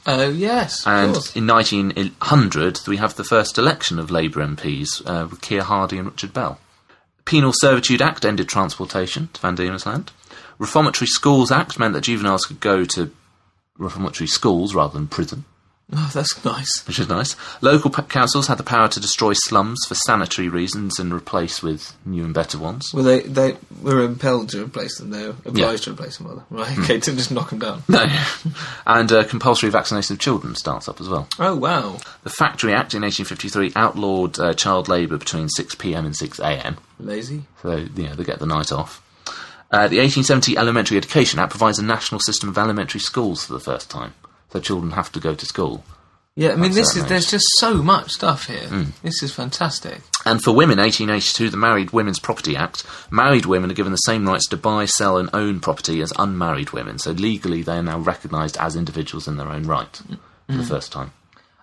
[SPEAKER 1] Oh yes. of
[SPEAKER 2] And
[SPEAKER 1] course.
[SPEAKER 2] in 1900, we have the first election of Labour MPs uh, with Keir Hardie and Richard Bell. Penal Servitude Act ended transportation to Van Diemen's Land. Reformatory Schools Act meant that juveniles could go to reformatory schools rather than prison
[SPEAKER 1] oh, that's nice.
[SPEAKER 2] which is nice. Local p- councils had the power to destroy slums for sanitary reasons and replace with new and better ones.
[SPEAKER 1] Well, they they were impelled to replace them. They were obliged to replace them. Rather. Right.
[SPEAKER 2] Hmm.
[SPEAKER 1] Okay. To just knock them down.
[SPEAKER 2] No, and uh, compulsory vaccination of children starts up as well.
[SPEAKER 1] Oh wow.
[SPEAKER 2] The Factory Act in 1853 outlawed uh, child labour between 6 p.m. and 6 a.m.
[SPEAKER 1] Lazy.
[SPEAKER 2] So you know they get the night off. Uh, the 1870 Elementary Education Act provides a national system of elementary schools for the first time, so children have to go to school.
[SPEAKER 1] Yeah. I mean,
[SPEAKER 2] That's
[SPEAKER 1] this is
[SPEAKER 2] that Hmm.
[SPEAKER 1] there's just so much stuff here. This is fantastic.
[SPEAKER 2] And for women, 1882, the Married Women's Property Act, married women are given the same rights to buy, sell, and own property as unmarried women. So legally, they are now recognised as individuals in their own right for the first time.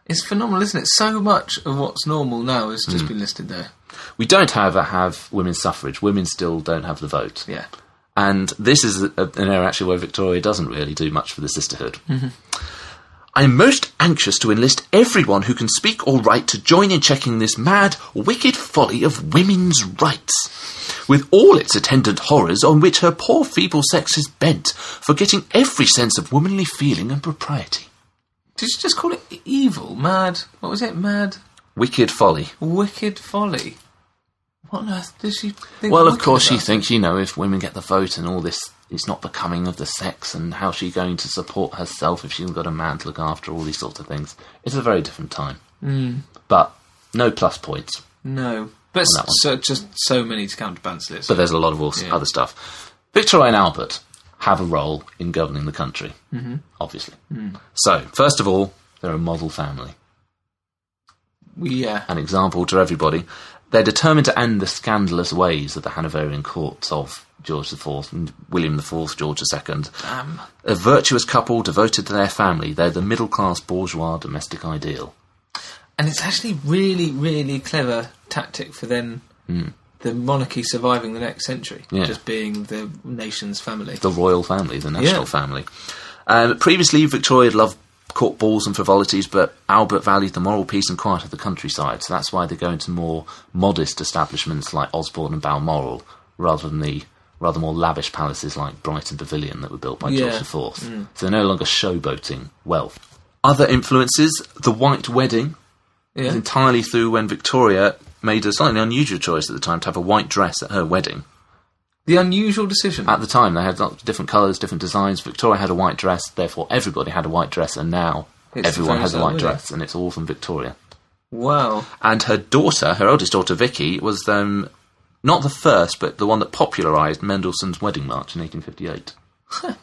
[SPEAKER 1] It's phenomenal, isn't it? So much of what's normal now has
[SPEAKER 2] Mm.
[SPEAKER 1] just been listed there.
[SPEAKER 2] We don't, however, have women's suffrage. Women still don't have the vote.
[SPEAKER 1] Yeah.
[SPEAKER 2] And this is a, an area actually where Victoria doesn't really do much for the sisterhood. I'm most anxious to enlist everyone who can speak or write to join in checking this mad, wicked folly of women's rights, with all its attendant horrors on which her poor feeble sex is bent, forgetting every sense of womanly feeling and propriety.
[SPEAKER 1] Did you just call it e- evil? Mad. What was it? Mad.
[SPEAKER 2] Wicked folly.
[SPEAKER 1] Wicked folly. What on earth does she think?
[SPEAKER 2] Well, of
[SPEAKER 1] wicked
[SPEAKER 2] course, she
[SPEAKER 1] about?
[SPEAKER 2] thinks, you know, if women get the vote and all this, it's not becoming of the sex, and how's she going to support herself if she's got a man to look after, all these sorts of things. It's a very different time. But no plus points.
[SPEAKER 1] No. But
[SPEAKER 2] that one.
[SPEAKER 1] so, just so many to counterbalance this.
[SPEAKER 2] But there's a lot of all-
[SPEAKER 1] Yeah.
[SPEAKER 2] other stuff. Victoria and Albert have a role in governing the country, obviously. So, first of all, they're a model family.
[SPEAKER 1] Yeah.
[SPEAKER 2] an example to everybody. They're determined to end the scandalous ways of the Hanoverian courts of George IV and William IV, George II.
[SPEAKER 1] Damn.
[SPEAKER 2] A virtuous couple devoted to their family, they're the middle class bourgeois domestic ideal.
[SPEAKER 1] And it's actually really, really clever tactic for then the monarchy surviving the next century,
[SPEAKER 2] Mm. Yeah.
[SPEAKER 1] just being the nation's family.
[SPEAKER 2] the royal family, the national
[SPEAKER 1] Yeah.
[SPEAKER 2] family. Um, previously, Victoria had loved court balls and frivolities, but Albert valued the moral peace and quiet of the countryside, so that's why they go into more modest establishments like Osborne and Balmoral, rather than the rather more lavish palaces like Brighton Pavilion that were built by
[SPEAKER 1] Yeah. Mm.
[SPEAKER 2] George IV. So they're no longer showboating wealth. Other influences, the White Wedding,
[SPEAKER 1] yeah.
[SPEAKER 2] is entirely through when Victoria made a slightly unusual choice at the time to have a white dress at her wedding
[SPEAKER 1] The unusual decision.
[SPEAKER 2] at the time they had lots of different colours, different designs. Victoria had a white dress, therefore everybody had a white dress, and now
[SPEAKER 1] It's
[SPEAKER 2] everyone
[SPEAKER 1] very
[SPEAKER 2] has a white
[SPEAKER 1] similar.
[SPEAKER 2] dress, and it's all from Victoria.
[SPEAKER 1] wow.
[SPEAKER 2] And her daughter, her oldest daughter Vicky, was um, not the first, but the one that popularised Mendelssohn's Wedding March in 1858.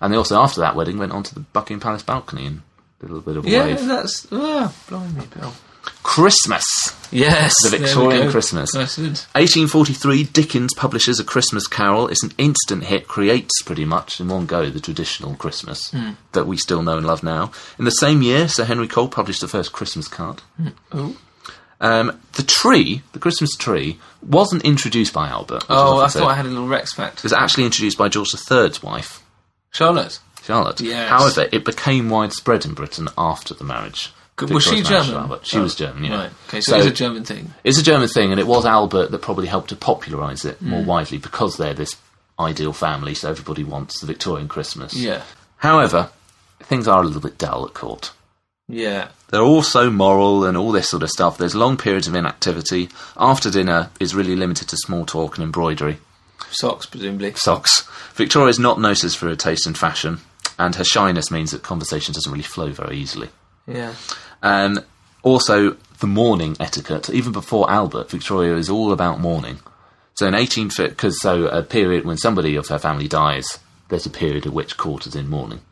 [SPEAKER 2] and they also, after that wedding, went onto the Buckingham Palace balcony and did a little bit of a
[SPEAKER 1] Yeah,
[SPEAKER 2] wave.
[SPEAKER 1] that's. Ah, blimey, Bill.
[SPEAKER 2] Christmas.
[SPEAKER 1] Yes.
[SPEAKER 2] The
[SPEAKER 1] there we
[SPEAKER 2] Victorian
[SPEAKER 1] go.
[SPEAKER 2] Christmas.
[SPEAKER 1] That's it.
[SPEAKER 2] 1843, Dickens publishes A Christmas Carol. It's an instant hit, creates pretty much in one go the traditional Christmas
[SPEAKER 1] Hmm.
[SPEAKER 2] that we still know and love now. In the same year, Sir Henry Cole published the first Christmas card.
[SPEAKER 1] Oh,
[SPEAKER 2] Um, the tree, the Christmas tree, wasn't introduced by Albert. which is
[SPEAKER 1] oh
[SPEAKER 2] often
[SPEAKER 1] I
[SPEAKER 2] said.
[SPEAKER 1] thought I had a little Rex fact.
[SPEAKER 2] It was actually introduced by George III's wife,
[SPEAKER 1] Charlotte.
[SPEAKER 2] Charlotte.
[SPEAKER 1] Yes.
[SPEAKER 2] However, it became widespread in Britain after the marriage.
[SPEAKER 1] Good- was she
[SPEAKER 2] Victoria's marriage to
[SPEAKER 1] German? Oh,
[SPEAKER 2] Albert. She was German, yeah.
[SPEAKER 1] Right. Okay, so, it's a German thing.
[SPEAKER 2] It's a German thing, and it was Albert that probably helped to popularise it more widely because they're this ideal family, so everybody wants the Victorian Christmas.
[SPEAKER 1] Yeah.
[SPEAKER 2] However, things are a little bit dull at court.
[SPEAKER 1] Yeah.
[SPEAKER 2] They're also moral and all this sort of stuff. There's long periods of inactivity. After dinner is really limited to small talk and embroidery.
[SPEAKER 1] Socks, presumably.
[SPEAKER 2] Socks. Victoria's not noticed for her taste in fashion, and her shyness means that conversation doesn't really flow very easily.
[SPEAKER 1] Yeah.
[SPEAKER 2] Um, also, the mourning etiquette. Even before Albert, Victoria is all about mourning. So in 18, because so a period when somebody of her family dies, there's a period at which court is in mourning.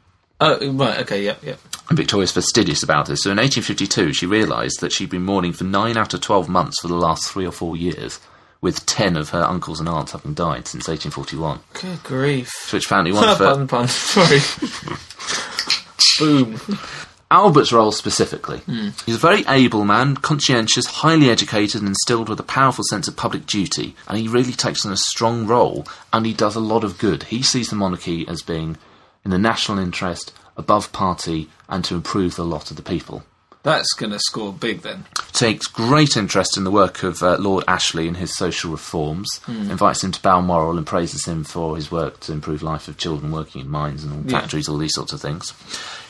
[SPEAKER 1] Oh, right. Okay. Yep. Yep.
[SPEAKER 2] And Victoria's fastidious about this. So in 1852, she realised that she'd been mourning for nine out of 12 months for the last three or four years, with 10 of her uncles and aunts having died since 1841.
[SPEAKER 1] Good grief.
[SPEAKER 2] Which apparently one of her
[SPEAKER 1] pun, pun. Sorry. Boom.
[SPEAKER 2] Albert's role specifically. He's a very able man, conscientious, highly educated, and instilled with a powerful sense of public duty. And he really takes on a strong role, and he does a lot of good. He sees the monarchy as being in the national interest, above party, and to improve the lot of the people.
[SPEAKER 1] That's going to score big then.
[SPEAKER 2] Takes great interest in the work of uh, Lord Ashley and his social reforms, invites him to Balmoral and praises him for his work to improve life of children working in mines and
[SPEAKER 1] Yeah.
[SPEAKER 2] factories, all these sorts of things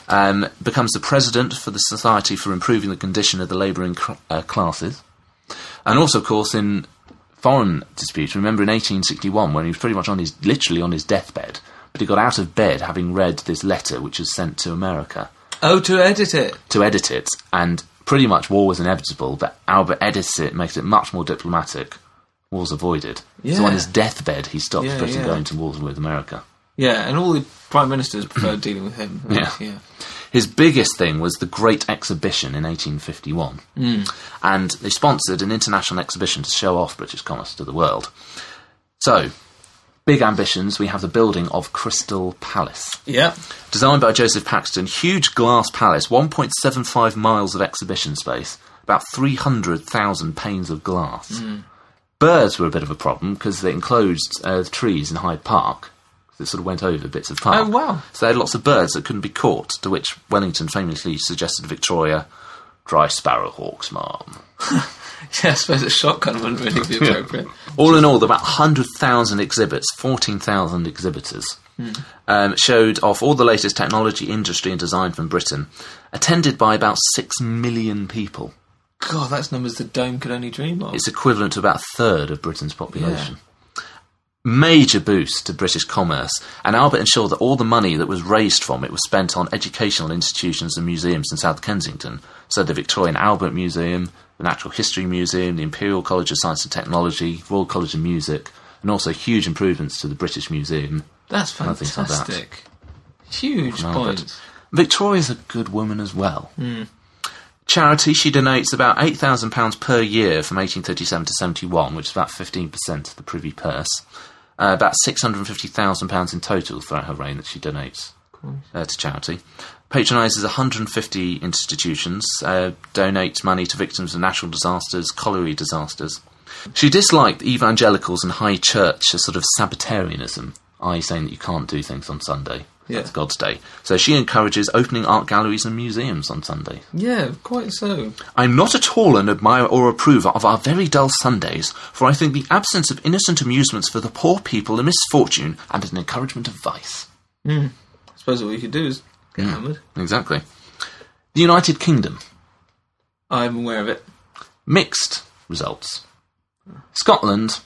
[SPEAKER 2] um, becomes the president for the Society for Improving the Condition of the Labouring Cr- uh, Classes. And also, of course, in foreign disputes, remember in 1861 when he was pretty much on his, literally on his deathbed, but he got out of bed having read this letter which was sent to America
[SPEAKER 1] Oh, to edit it.
[SPEAKER 2] to edit it, and pretty much war was inevitable, but Albert edits it, makes it much more diplomatic. War's avoided. So
[SPEAKER 1] Yeah.
[SPEAKER 2] on his deathbed, he stops
[SPEAKER 1] Yeah,
[SPEAKER 2] Britain
[SPEAKER 1] yeah.
[SPEAKER 2] going to wars with America.
[SPEAKER 1] Yeah, and all the prime ministers prefer dealing with him.
[SPEAKER 2] Hmm. Yeah.
[SPEAKER 1] Yeah.
[SPEAKER 2] His biggest thing was the Great Exhibition in 1851,
[SPEAKER 1] Hmm.
[SPEAKER 2] mm. and they sponsored an international exhibition to show off British commerce to the world. So, big ambitions. We have the building of Crystal Palace,
[SPEAKER 1] Yeah.
[SPEAKER 2] designed by Joseph Paxton. Huge glass palace, 1.75 miles of exhibition space, about 300,000 panes of glass.
[SPEAKER 1] Hmm.
[SPEAKER 2] Birds were a bit of a problem because they enclosed uh, trees in Hyde Park. It sort of went over bits of park.
[SPEAKER 1] Oh, wow.
[SPEAKER 2] So they had lots of birds that couldn't be caught, to which Wellington famously suggested to Victoria, dry sparrowhawks, ma'am.
[SPEAKER 1] Yeah, I suppose a shotgun wouldn't really be appropriate.
[SPEAKER 2] All in all, there were about 100,000 exhibits, 14,000 exhibitors. Um, showed off all the latest technology, industry, and design from Britain, attended by about 6 million people.
[SPEAKER 1] God, that's numbers the dome could only dream of.
[SPEAKER 2] It's equivalent to about a third of Britain's population. Major boost to British commerce, and Albert ensured that all the money that was raised from it was spent on educational institutions and museums in South Kensington. So the Victorian Albert Museum, the Natural History Museum, the Imperial College of Science and Technology, Royal College of Music, and also huge improvements to the British Museum.
[SPEAKER 1] that's
[SPEAKER 2] and things like that.
[SPEAKER 1] fantastic. Huge
[SPEAKER 2] Albert.
[SPEAKER 1] point.
[SPEAKER 2] Victoria's a good woman as well. charity, she donates about £8,000 per year from 1837 to 71, which is about 15% of the privy purse. Uh, about £650,000 in total throughout her reign that she donates uh, to charity. Patronises 150 institutions, uh, donates money to victims of natural disasters, colliery disasters. She disliked evangelicals and high church, a sort of Sabbatarianism, i.e., saying that you can't do things on Sunday.
[SPEAKER 1] Yeah.
[SPEAKER 2] That's God's day. So she encourages opening art galleries and museums on Sunday.
[SPEAKER 1] Yeah, quite so.
[SPEAKER 2] I'm not at all an admirer or approver of our very dull Sundays, for I think the absence of innocent amusements for the poor people a misfortune and an encouragement of vice.
[SPEAKER 1] I suppose what we could do is get hammered.
[SPEAKER 2] Exactly. The United Kingdom.
[SPEAKER 1] I'm aware of it.
[SPEAKER 2] Mixed results. Scotland.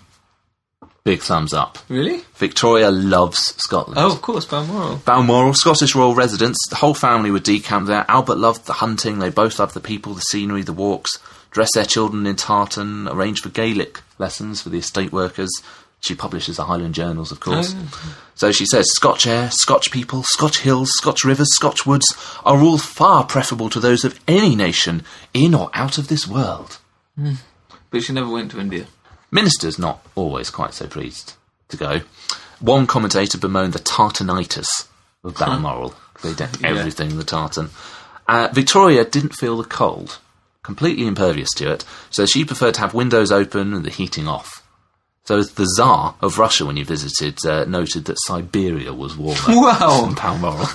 [SPEAKER 2] Big thumbs up.
[SPEAKER 1] Really?
[SPEAKER 2] Victoria loves Scotland.
[SPEAKER 1] Oh, of course, Balmoral.
[SPEAKER 2] Balmoral, Scottish royal residence. The whole family would decamp there. Albert loved the hunting. They both loved the people, the scenery, the walks. Dress their children in tartan. Arrange for Gaelic lessons for the estate workers. She publishes the Highland journals, of course. So she says Scotch air, Scotch people, Scotch hills, Scotch rivers, Scotch woods are all far preferable to those of any nation in or out of this world.
[SPEAKER 1] But she never went to India.
[SPEAKER 2] Ministers not always quite so pleased to go. One commentator bemoaned the tartanitis of Balmoral. They decked everything the tartan. Uh, Victoria didn't feel the cold, completely impervious to it, so she preferred to have windows open and the heating off. So the Tsar of Russia, when he visited, uh, noted that Siberia was warmer
[SPEAKER 1] Wow.
[SPEAKER 2] than Balmoral.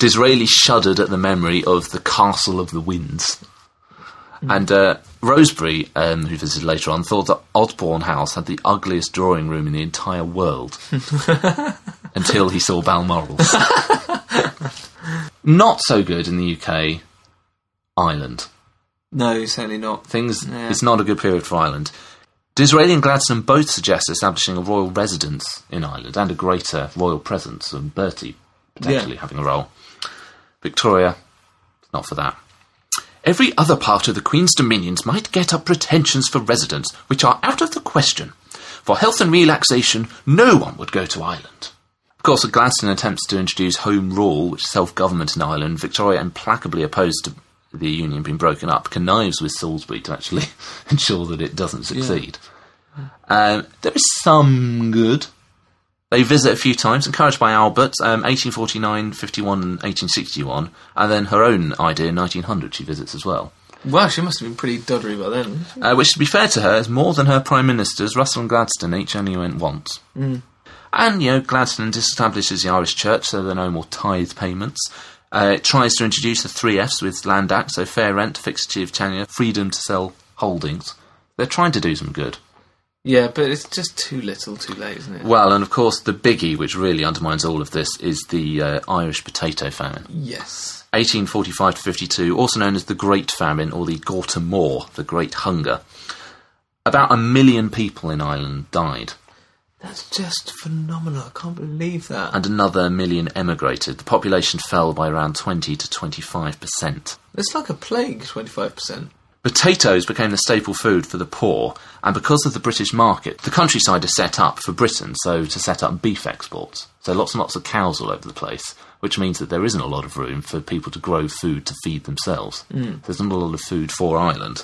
[SPEAKER 2] Disraeli shuddered at the memory of the Castle of the Winds. And uh, Rosebery, um, who visited later on, thought that Osborne House had the ugliest drawing room in the entire world until he saw Balmoral. Not so good in the UK, Ireland.
[SPEAKER 1] No, certainly not.
[SPEAKER 2] Things,
[SPEAKER 1] Yeah.
[SPEAKER 2] it's not a good period for Ireland. Disraeli and Gladstone both suggest establishing a royal residence in Ireland and a greater royal presence, and Bertie potentially having a role. Victoria, not for that. Every other part of the Queen's dominions might get up pretensions for residence, which are out of the question. For health and relaxation, no one would go to Ireland. Of course, with Gladstone attempts to introduce Home Rule, which is self government in Ireland, Victoria implacably opposed to the union being broken up, connives with Salisbury to actually ensure that it doesn't succeed. Um, there is some good. They visit a few times, encouraged by Albert, um, 1849, 51, and 1861, and then her own idea in 1900 she visits as well.
[SPEAKER 1] Wow, she must have been pretty doddery by then.
[SPEAKER 2] Uh, which, to be fair to her, is more than her prime ministers, Russell and Gladstone, each only went once. And, you know, Gladstone disestablishes the Irish Church, so there are no more tithe payments. Uh, it tries to introduce the three Fs with Land Act, so fair rent, fixity of tenure, freedom to sell holdings. They're trying to do some good.
[SPEAKER 1] Yeah, but it's just too little, too late, isn't it?
[SPEAKER 2] Well, and of course, the biggie, which really undermines all of this, is the uh, Irish potato famine.
[SPEAKER 1] Yes.
[SPEAKER 2] 1845 to 52, also known as the Great Famine or the Gorta Moor, the Great Hunger. About a million people in Ireland died,
[SPEAKER 1] That's just phenomenal. I can't believe that.
[SPEAKER 2] and another million emigrated. The population fell by around 20 to 25 percent.
[SPEAKER 1] It's like a plague, 25%.
[SPEAKER 2] Potatoes became the staple food for the poor, and because of the British market, the countryside is set up for Britain, so to set up beef exports. So lots and lots of cows all over the place, which means that there isn't a lot of room for people to grow food to feed themselves. There's not a lot of food for Ireland.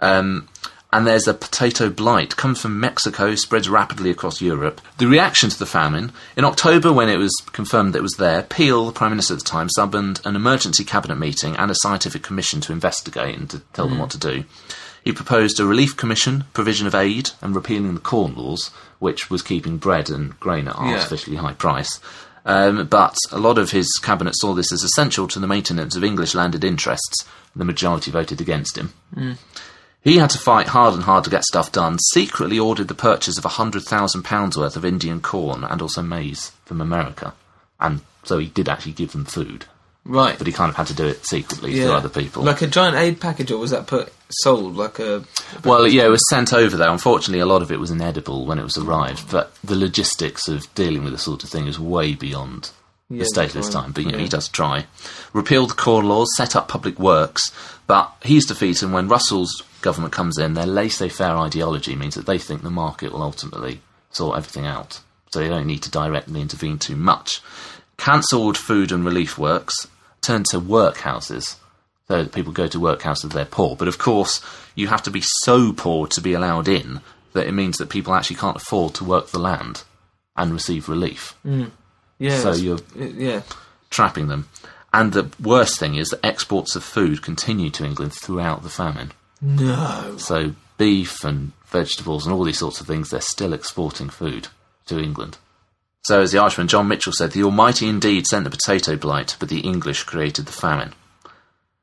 [SPEAKER 2] Um, and there's a potato blight, comes from Mexico, spreads rapidly across Europe. The reaction to the famine, in October, when it was confirmed that it was there, Peel, the Prime Minister at the time, summoned an emergency cabinet meeting and a scientific commission to investigate and to tell them what to do. He proposed a relief commission, provision of aid, and repealing the Corn Laws, which was keeping bread and grain at
[SPEAKER 1] Yeah.
[SPEAKER 2] artificially high price. Um, but a lot of his cabinet saw this as essential to the maintenance of English landed interests. The majority voted against him. He had to fight hard and hard to get stuff done, secretly ordered the purchase of £100,000 worth of Indian corn and also maize from America. And so he did actually give them food,
[SPEAKER 1] Right.
[SPEAKER 2] but he kind of had to do it secretly through other people.
[SPEAKER 1] Like a giant aid package, or was that put sold? Like a.
[SPEAKER 2] well, yeah, it was sent over there. Unfortunately, a lot of it was inedible when it was arrived, but the logistics of dealing with this sort of thing is way beyond
[SPEAKER 1] Yeah,
[SPEAKER 2] the state of his
[SPEAKER 1] fine.
[SPEAKER 2] time. But you know,
[SPEAKER 1] Yeah.
[SPEAKER 2] he does try. Repealed the corn laws, set up public works, but he's defeated. And when Russell's government comes in, their laissez-faire ideology means that they think the market will ultimately sort everything out, so they don't need to directly intervene too much. Cancelled food and relief works, turned to workhouses. So that people go to workhouse if they're poor. But of course, you have to be so poor to be allowed in that it means that people actually can't afford to work the land and receive relief,
[SPEAKER 1] Yeah.
[SPEAKER 2] So
[SPEAKER 1] it's-
[SPEAKER 2] you're-
[SPEAKER 1] uh, yeah.
[SPEAKER 2] trapping them. And the worst thing is that exports of food continue to England throughout the famine.
[SPEAKER 1] No.
[SPEAKER 2] So beef and vegetables and all these sorts of things, they're still exporting food to England. So as the Irishman John Mitchell said, the Almighty indeed sent the potato blight, but the English created the famine.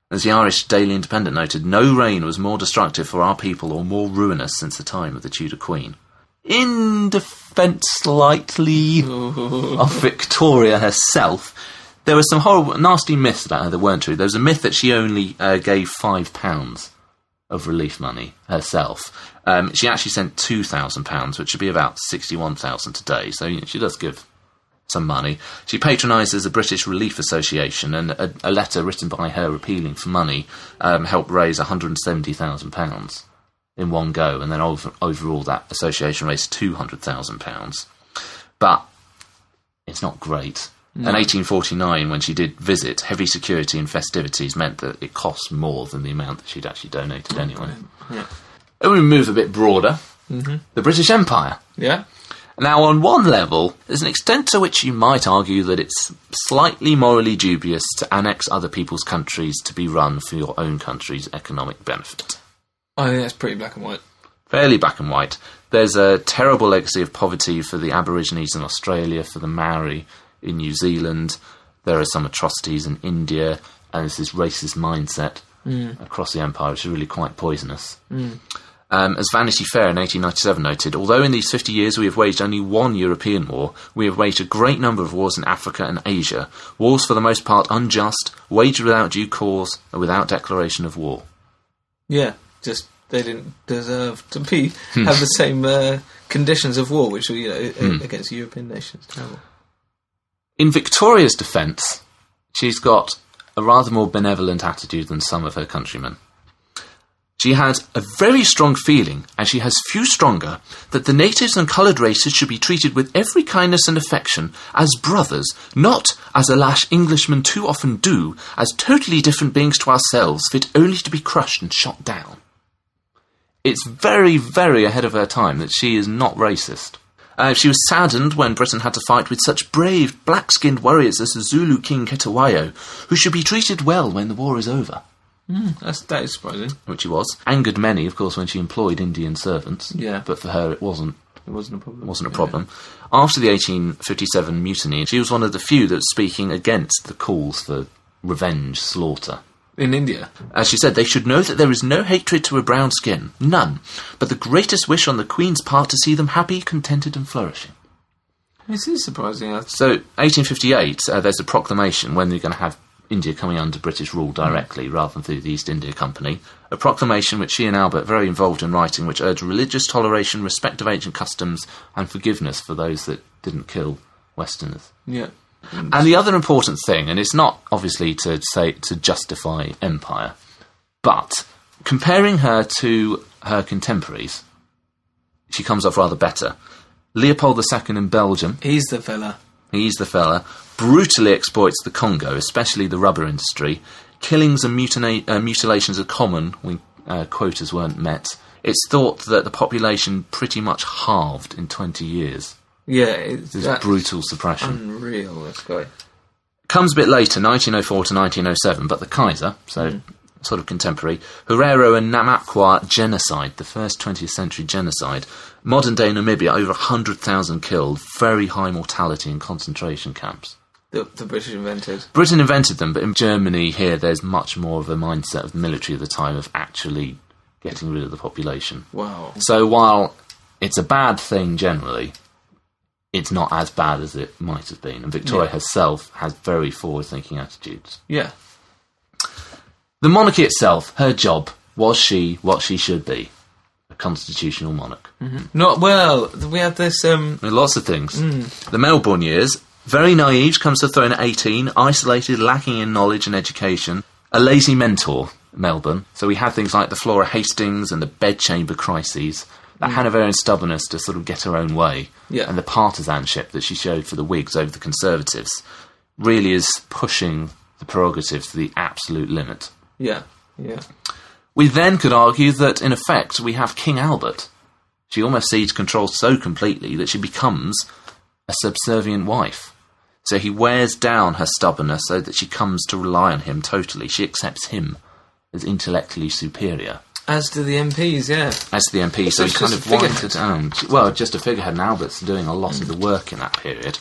[SPEAKER 2] As the Irish Daily Independent noted, no reign was more destructive for our people or more ruinous since the time of the Tudor Queen. In defence, slightly of Victoria herself, there were some horrible, nasty myths about her that weren't true. There was a myth that she only uh, gave five pounds of relief money herself. Um, she actually sent two thousand pounds, which would be about sixty-one thousand today. So you know, she does give some money. She patronises the British Relief Association, and a, a letter written by her appealing for money um, helped raise one hundred seventy thousand pounds in one go, and then over, overall that association raised two hundred thousand pounds. But it's not great. And 1849, when she did visit, heavy security and festivities meant that it cost more than the amount that she'd actually donated anyway. And we move a bit broader. Mm-hmm. The British Empire.
[SPEAKER 1] Yeah.
[SPEAKER 2] Now, on one level, there's an extent to which you might argue that it's slightly morally dubious to annex other people's countries to be run for your own country's economic benefit.
[SPEAKER 1] I think that's pretty black and white.
[SPEAKER 2] Fairly black and white. There's a terrible legacy of poverty for the Aborigines in Australia, for the Maori in New Zealand. There are some atrocities in India, and there's this racist mindset across the empire, which is really quite poisonous. Um, as Vanity Fair in 1897 noted, although in these 50 years we have waged only one European war, we have waged a great number of wars in Africa and Asia, wars for the most part unjust, waged without due cause and without declaration of war.
[SPEAKER 1] Yeah. Hmm. Just they didn't deserve to be have the same uh, conditions of war, which were you know a- against European nations. Terrible.
[SPEAKER 2] In Victoria's defence, she's got a rather more benevolent attitude than some of her countrymen. She had a very strong feeling, and she has few stronger, that the natives and coloured races should be treated with every kindness and affection as brothers, not, as alas Englishmen too often do, as totally different beings to ourselves, fit only to be crushed and shot down. It's very, very ahead of her time that she is not racist. Uh, she was saddened when Britain had to fight with such brave, black skinned warriors as the Zulu King Ketawayo, who should be treated well when the war is over
[SPEAKER 1] That's that is surprising.
[SPEAKER 2] which she was. Angered many, of course, when she employed Indian servants.
[SPEAKER 1] Yeah.
[SPEAKER 2] But for her, it wasn't
[SPEAKER 1] It wasn't a problem.
[SPEAKER 2] wasn't a problem. After the 1857 mutiny, she was one of the few that was speaking against the calls for revenge slaughter.
[SPEAKER 1] in India.
[SPEAKER 2] As she said, they should know that there is no hatred to a brown skin, none, but the greatest wish on the Queen's part to see them happy, contented, and flourishing.
[SPEAKER 1] This is surprising. I-
[SPEAKER 2] So, 1858, uh, there's a proclamation when they're going to have India coming under British rule directly rather than through the East India Company. A proclamation which she and Albert very involved in writing, which urged religious toleration, respect of ancient customs, and forgiveness for those that didn't kill Westerners.
[SPEAKER 1] Yeah.
[SPEAKER 2] And the other important thing, and it's not obviously to say to justify empire, but comparing her to her contemporaries, she comes off rather better. Leopold II in Belgium,
[SPEAKER 1] He's the fella.
[SPEAKER 2] He's the fella. Brutally exploits the Congo, especially the rubber industry. Killings and mutina- uh, mutilations are common when uh, quotas weren't met. It's thought that the population pretty much halved in 20 years.
[SPEAKER 1] Yeah. It's
[SPEAKER 2] This
[SPEAKER 1] that's
[SPEAKER 2] brutal suppression.
[SPEAKER 1] unreal. This guy.
[SPEAKER 2] Comes a bit later, 1904 to 1907, but the Kaiser, so sort of contemporary, Herero and Namaqua genocide, the first 20th century genocide. Modern day Namibia, over 100,000 killed, very high mortality in concentration camps.
[SPEAKER 1] that the British invented.
[SPEAKER 2] Britain invented them, but in Germany here, there's much more of a mindset of the military at the time of actually getting rid of the population.
[SPEAKER 1] Wow.
[SPEAKER 2] So while it's a bad thing generally, it's not as bad as it might have been. And Victoria herself has very forward-thinking attitudes.
[SPEAKER 1] Yeah.
[SPEAKER 2] The monarchy itself, her job, was she what she should be? A constitutional monarch.
[SPEAKER 1] Not well. We had this. Um.
[SPEAKER 2] With Lots of things. The Melbourne years. Very naive, comes to the throne at 18, isolated, lacking in knowledge and education. A lazy mentor, Melbourne. So we had things like the Flora Hastings and the bedchamber crises. That Hanoverian stubbornness to sort of get her own way.
[SPEAKER 1] Yeah.
[SPEAKER 2] And the partisanship that she showed for the Whigs over the Conservatives really is pushing the prerogative to the absolute limit.
[SPEAKER 1] Yeah. Yeah.
[SPEAKER 2] We then could argue that, in effect, we have King Albert. She almost cedes control so completely that she becomes a subservient wife. So he wears down her stubbornness so that she comes to rely on him totally. She accepts him as intellectually superior.
[SPEAKER 1] As do the MPs. Yeah.
[SPEAKER 2] As the MP, so he
[SPEAKER 1] It's
[SPEAKER 2] kind
[SPEAKER 1] just
[SPEAKER 2] of
[SPEAKER 1] a figurehead.
[SPEAKER 2] winds her down. Well, just a figurehead, and Albert's doing a lot of the work in that period.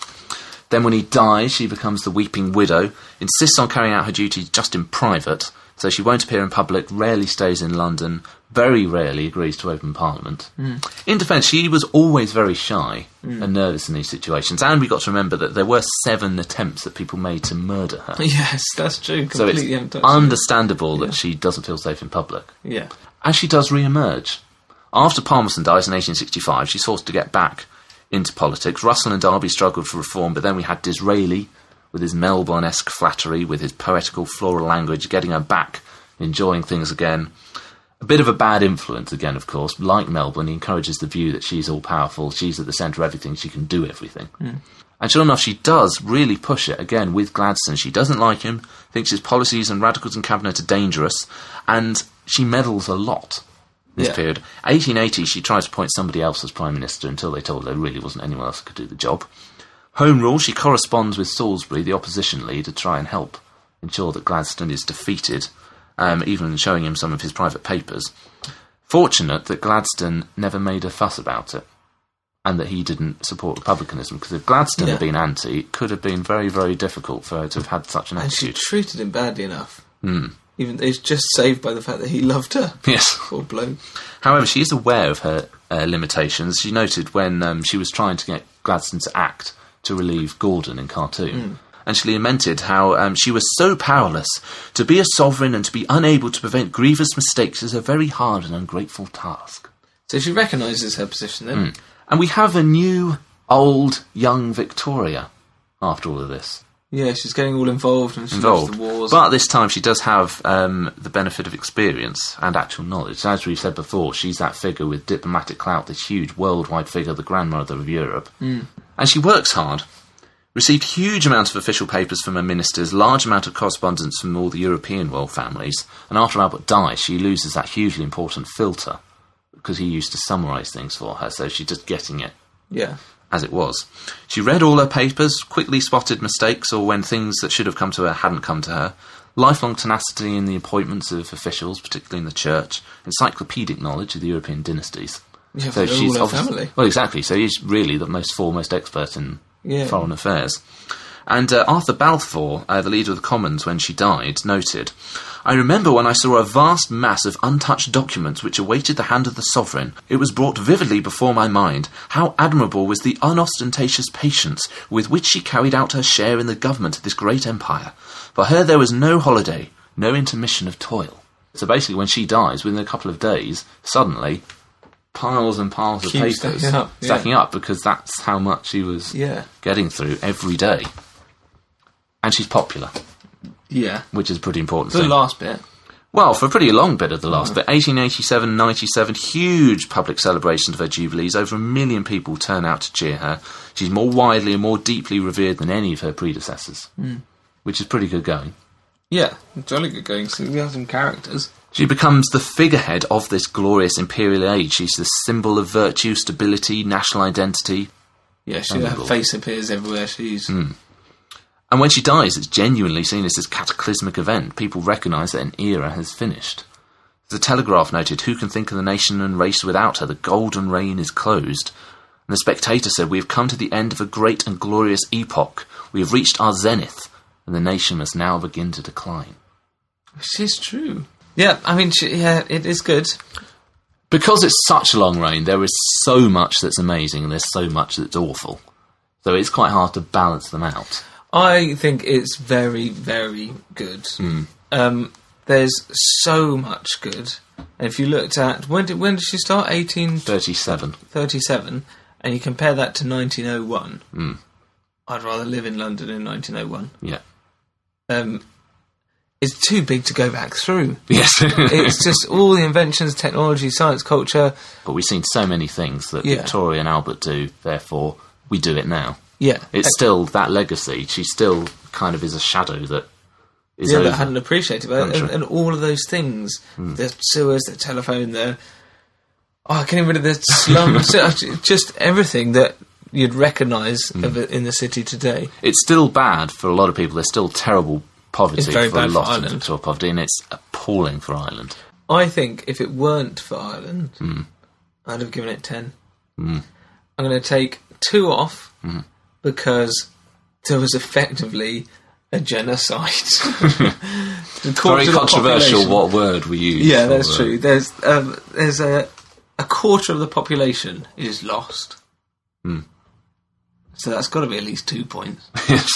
[SPEAKER 2] Then, when he dies, she becomes the weeping widow, insists on carrying out her duties just in private, so she won't appear in public, rarely stays in London, very rarely agrees to open Parliament.
[SPEAKER 1] Hmm.
[SPEAKER 2] In defence, she was always very shy and nervous in these situations, and we got to remember that there were seven attempts that people made to murder her.
[SPEAKER 1] Yes, that's true.
[SPEAKER 2] So
[SPEAKER 1] Completely
[SPEAKER 2] it's
[SPEAKER 1] untouched.
[SPEAKER 2] understandable that she doesn't feel safe in public
[SPEAKER 1] yeah.
[SPEAKER 2] and she does re-emerge. After Palmerston dies in 1865, she's forced to get back into politics. Russell and Derby struggled for reform, but then we had Disraeli with his Melbourne-esque flattery, with his poetical floral language, getting her back, enjoying things again. A bit of a bad influence again, of course. Like Melbourne, he encourages the view that she's all-powerful, she's at the centre of everything, she can do everything. And sure enough, she does really push it again with Gladstone. She doesn't like him, thinks his policies and radicals in cabinet are dangerous, and she meddles a lot this
[SPEAKER 1] Yeah.
[SPEAKER 2] period. 1880, she tried to appoint somebody else as prime minister until they told her there really wasn't anyone else who could do the job. Home rule, she corresponds with Salisbury, the opposition leader, to try and help ensure that Gladstone is defeated, um, even showing him some of his private papers. Fortunate that Gladstone never made a fuss about it and that he didn't support republicanism because if Gladstone had
[SPEAKER 1] Yeah.
[SPEAKER 2] been anti, it could have been very, very difficult for her to have had such an
[SPEAKER 1] And she
[SPEAKER 2] attitude.
[SPEAKER 1] treated him badly enough.
[SPEAKER 2] Hmm.
[SPEAKER 1] Even it's just saved by the fact that he loved her.
[SPEAKER 2] Yes.
[SPEAKER 1] Poor bloke.
[SPEAKER 2] However, she is aware of her uh, limitations. She noted when um, she was trying to get Gladstone to act to relieve Gordon in Khartoum.
[SPEAKER 1] Mm.
[SPEAKER 2] And she lamented how um, she was so powerless. To be a sovereign and to be unable to prevent grievous mistakes is a very hard and ungrateful task.
[SPEAKER 1] So she recognises her position then.
[SPEAKER 2] And we have a new, old, young Victoria after all of this.
[SPEAKER 1] Yeah, she's getting all involved and she loves
[SPEAKER 2] involved.
[SPEAKER 1] the wars.
[SPEAKER 2] But this time she does have um, the benefit of experience and actual knowledge. As we've said before, she's that figure with diplomatic clout, this huge worldwide figure, the grandmother of Europe.
[SPEAKER 1] Mm.
[SPEAKER 2] And she works hard. Received huge amounts of official papers from her ministers, large amount of correspondence from all the European world families, and after Albert dies, she loses that hugely important filter because he used to summarise things for her, so she's just getting it
[SPEAKER 1] yeah.
[SPEAKER 2] as it was. She read all her papers, quickly spotted mistakes or when things that should have come to her hadn't come to her. Lifelong tenacity in the appointments of officials, particularly in the church, encyclopedic knowledge of the European dynasties.
[SPEAKER 1] Yeah, for all her
[SPEAKER 2] obvious-
[SPEAKER 1] family.
[SPEAKER 2] Well, exactly. So he's really the most foremost expert in
[SPEAKER 1] Yeah.
[SPEAKER 2] foreign affairs. And uh, Arthur Balfour, uh, the leader of the Commons when she died, noted I remember when I saw a vast mass of untouched documents which awaited the hand of the sovereign. It was brought vividly before my mind how admirable was the unostentatious patience with which she carried out her share in the government of this great empire. For her, there was no holiday, no intermission of toil. So basically, when she dies, within a couple of days, suddenly, piles and piles of
[SPEAKER 1] Keep
[SPEAKER 2] papers
[SPEAKER 1] stacking up, yeah.
[SPEAKER 2] stacking up because that's how much she was
[SPEAKER 1] Yeah.
[SPEAKER 2] getting through every day. And she's popular,
[SPEAKER 1] Yeah.
[SPEAKER 2] which is a pretty important
[SPEAKER 1] The
[SPEAKER 2] thing.
[SPEAKER 1] last bit.
[SPEAKER 2] well, for a pretty long bit of the last bit, 1887 97, huge public celebrations of her jubilees. Over a million people turn out to cheer her. She's more widely and more deeply revered than any of her predecessors,
[SPEAKER 1] Hmm.
[SPEAKER 2] which is pretty good going.
[SPEAKER 1] Yeah. Jolly good going. So we have some characters.
[SPEAKER 2] She becomes the figurehead of this glorious imperial age. She's the symbol of virtue, stability, national identity,
[SPEAKER 1] Yeah, she, her
[SPEAKER 2] Unbelievable. Hmm.
[SPEAKER 1] face appears everywhere. She's
[SPEAKER 2] And when she dies, it's genuinely seen as this cataclysmic event. People recognise that an era has finished. The Telegraph noted, Who can think of the nation and race without her? The golden reign is closed. And the Spectator said, We have come to the end of a great and glorious epoch. We have reached our zenith, and the nation must now begin to decline.
[SPEAKER 1] she's true. Yeah, I mean, she, yeah, it is good.
[SPEAKER 2] because it's such a long reign, there is so much that's amazing and there's so much that's awful. So it's quite hard to balance them out.
[SPEAKER 1] I think it's very, very good. Um, there's so much good. And if you looked at when did when did she start?
[SPEAKER 2] 37.
[SPEAKER 1] 1837, and you compare that to 1901. I'd rather live in London in 1901.
[SPEAKER 2] Yeah.
[SPEAKER 1] Um, it's too big to go back through.
[SPEAKER 2] Yes.
[SPEAKER 1] It's just all the inventions, technology, science, culture.
[SPEAKER 2] But we've seen so many things that
[SPEAKER 1] Yeah.
[SPEAKER 2] Victoria and Albert do, therefore, we do it now.
[SPEAKER 1] Yeah,
[SPEAKER 2] It's Hmm. still that legacy. She still kind of is a shadow that is
[SPEAKER 1] yeah,
[SPEAKER 2] over.
[SPEAKER 1] that I hadn't appreciated. But
[SPEAKER 2] Country.
[SPEAKER 1] and, and all of those things the sewers, the telephone, the. Oh, getting rid of the slum. so, just everything that you'd recognise
[SPEAKER 2] Hmm.
[SPEAKER 1] of it in the city today.
[SPEAKER 2] it's still bad for a lot of people. There's still terrible poverty
[SPEAKER 1] It's very
[SPEAKER 2] for a
[SPEAKER 1] bad for
[SPEAKER 2] lot of
[SPEAKER 1] Ireland.
[SPEAKER 2] people, poverty, and it's appalling for Ireland.
[SPEAKER 1] I think if it weren't for Ireland,
[SPEAKER 2] Hmm.
[SPEAKER 1] I'd have given it 10. I'm going to take two off
[SPEAKER 2] Hmm.
[SPEAKER 1] because there was effectively a genocide. The quarter
[SPEAKER 2] Very
[SPEAKER 1] of the
[SPEAKER 2] controversial.
[SPEAKER 1] population-
[SPEAKER 2] What word we use?
[SPEAKER 1] Yeah,
[SPEAKER 2] for,
[SPEAKER 1] that's
[SPEAKER 2] uh,
[SPEAKER 1] true. There's um, there's a a quarter of the population is lost. So that's got to be at least two points.
[SPEAKER 2] Yes.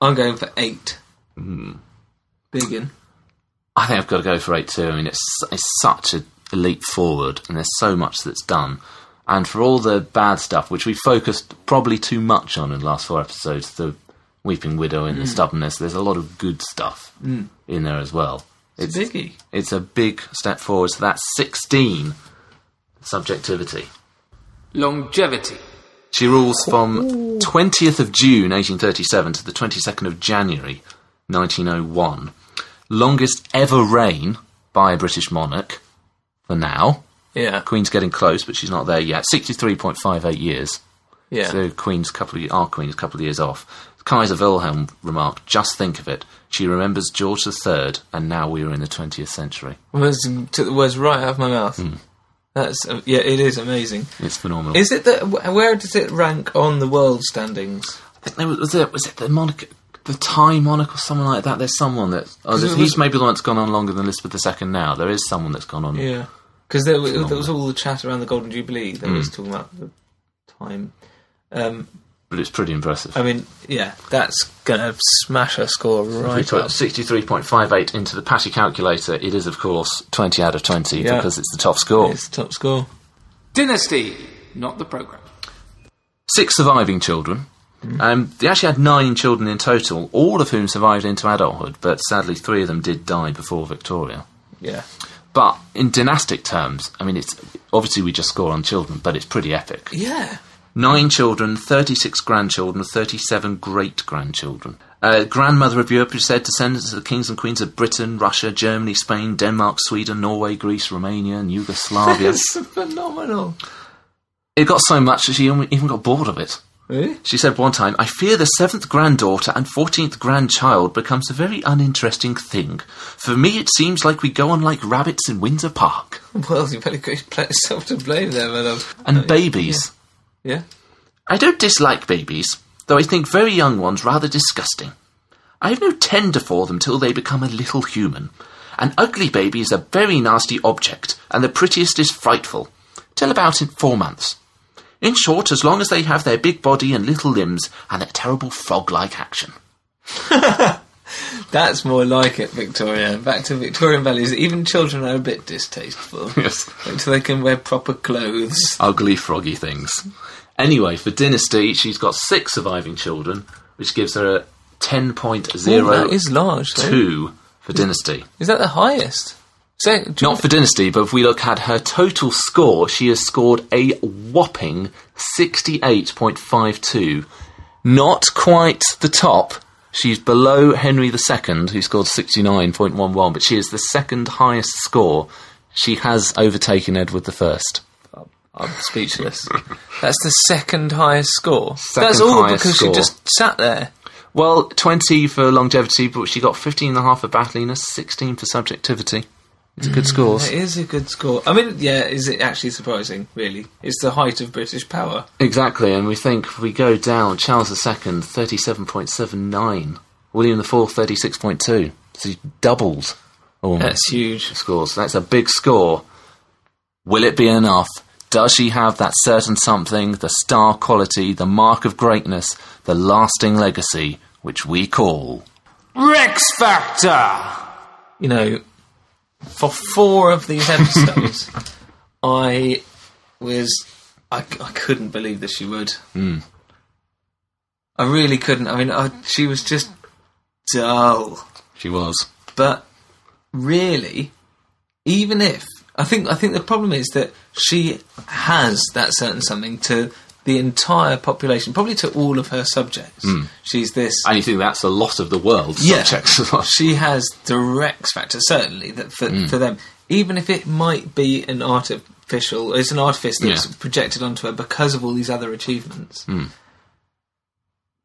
[SPEAKER 1] I'm going for eight. Big in.
[SPEAKER 2] I think I've got to go for eight two. I mean, it's it's such a leap forward, and there's so much that's done. And for all the bad stuff, which we focused probably too much on in the last four episodes, the weeping widow
[SPEAKER 1] Mm.
[SPEAKER 2] and the stubbornness, there's a lot of good stuff in there as well.
[SPEAKER 1] It's, a biggie.
[SPEAKER 2] It's a big step forward. So that's 16 subjectivity.
[SPEAKER 3] Longevity.
[SPEAKER 2] She rules from 20th of June 1837 to the 22nd of January 1901. Longest ever reign by a British monarch for now.
[SPEAKER 1] Yeah,
[SPEAKER 2] Queen's getting close, but she's not there yet. 63.58 years.
[SPEAKER 1] yeah.
[SPEAKER 2] So Queen's couple of, our Queen's couple of years off. Kaiser Wilhelm remarked, just think of it. She remembers George III, and now we are in the 20th century.
[SPEAKER 1] was took the words right out of my mouth. That's uh, yeah, it is amazing.
[SPEAKER 2] It's phenomenal.
[SPEAKER 1] Is it that wh- where does it rank on the world standings?
[SPEAKER 2] think there was, was it was it the monarch the Thai monarch or someone like that. There's someone that oh, there's-
[SPEAKER 1] it was-
[SPEAKER 2] he's maybe the one that's gone on longer than Elizabeth II now. There is someone that's gone on.
[SPEAKER 1] Yeah, because there, wa- there was all the chat around the Golden Jubilee that was talking about the time. Um,
[SPEAKER 2] but it's pretty impressive.
[SPEAKER 1] I mean, yeah, that's gonna smash her score
[SPEAKER 2] we
[SPEAKER 1] right
[SPEAKER 2] put
[SPEAKER 1] up.
[SPEAKER 2] 63.58 into the patty calculator. It is, of course, 20 out of 20
[SPEAKER 1] Yeah.
[SPEAKER 2] because it's the top score.
[SPEAKER 1] It's top score.
[SPEAKER 3] Dynasty. Not the program.
[SPEAKER 2] Six surviving children.
[SPEAKER 1] Mm.
[SPEAKER 2] Um, they actually had nine children in total, all of whom survived into adulthood, but sadly, three of them did die before Victoria.
[SPEAKER 1] Yeah,
[SPEAKER 2] But in dynastic terms, I mean, it's obviously we just score on children, but it's pretty epic.
[SPEAKER 1] yeah.
[SPEAKER 2] Nine children, 36 grandchildren, 37 great grandchildren. Uh, grandmother of Europe who said descendants of the kings and queens of Britain, Russia, Germany, Spain, Denmark, Sweden, Norway, Greece, Romania, and Yugoslavia.
[SPEAKER 1] It's phenomenal.
[SPEAKER 2] it got so much that she almo- even got bored of it.
[SPEAKER 1] Really?
[SPEAKER 2] She said one time, I fear the seventh granddaughter and fourteenth grandchild becomes a very uninteresting thing. For me, it seems like we go on like rabbits in Windsor Park.
[SPEAKER 1] Well, you better go- put yourself to blame there, madam.
[SPEAKER 2] And babies.
[SPEAKER 1] Yeah.
[SPEAKER 2] I don't dislike babies, though I think very young ones rather disgusting. I have no tender for them till they become a little human. An ugly baby is a very nasty object, and the prettiest is frightful, till about in four months. In short, as long as they have their big body and little limbs and their terrible frog like action.
[SPEAKER 1] That's more like it, Victoria. Back to Victorian values. Even children are a bit distasteful.
[SPEAKER 2] Yes.
[SPEAKER 1] Wait till they can wear proper clothes.
[SPEAKER 2] Ugly, froggy things. Anyway, for Dynasty, she's got six surviving children, which gives her a
[SPEAKER 1] Zero
[SPEAKER 2] 10.02
[SPEAKER 1] Oh, is large. though.
[SPEAKER 2] for Dynasty.
[SPEAKER 1] Is that the highest? So, do you
[SPEAKER 2] Not for Dynasty, but if we look at her total score, she has scored a whopping 68.52. Not quite the top. She's below Henry II, who scored 69.11, but she is the second highest score. She has overtaken Edward I.
[SPEAKER 1] I'm speechless. That's the second highest score.
[SPEAKER 2] Second
[SPEAKER 1] That's all
[SPEAKER 2] highest
[SPEAKER 1] because she
[SPEAKER 2] score.
[SPEAKER 1] just sat there.
[SPEAKER 2] Well, 20 for longevity, but she got 15 and a half for battliness, 16 for subjectivity. It's a good score.
[SPEAKER 1] It is a good score. I mean, yeah, is it actually surprising? Really, it's the height of British power.
[SPEAKER 2] Exactly, and we think if we go down, Charles II, 37.79, William IV, 36.2. So he doubled almost
[SPEAKER 1] That's huge.
[SPEAKER 2] the scores. That's a big score. Will it be enough? Does she have that certain something, the star quality, the mark of greatness, the lasting legacy, which we call?
[SPEAKER 3] Rex Factor.
[SPEAKER 1] You know, for four of these episodes, I was I, I couldn't believe that she would. I really couldn't. I mean, I, she was just dull.
[SPEAKER 2] She was.
[SPEAKER 1] but really, even if I think I think the problem is that she has that certain something to the entire population, probably to all of her subjects. She's this.
[SPEAKER 2] And you think that's a lot of the world's
[SPEAKER 1] Yeah.
[SPEAKER 2] subjects as well.
[SPEAKER 1] she has the Rex factor, certainly, that for, for them, even if it might be an artificial, it's an artifice that's
[SPEAKER 2] Yeah.
[SPEAKER 1] projected onto her because of all these other achievements,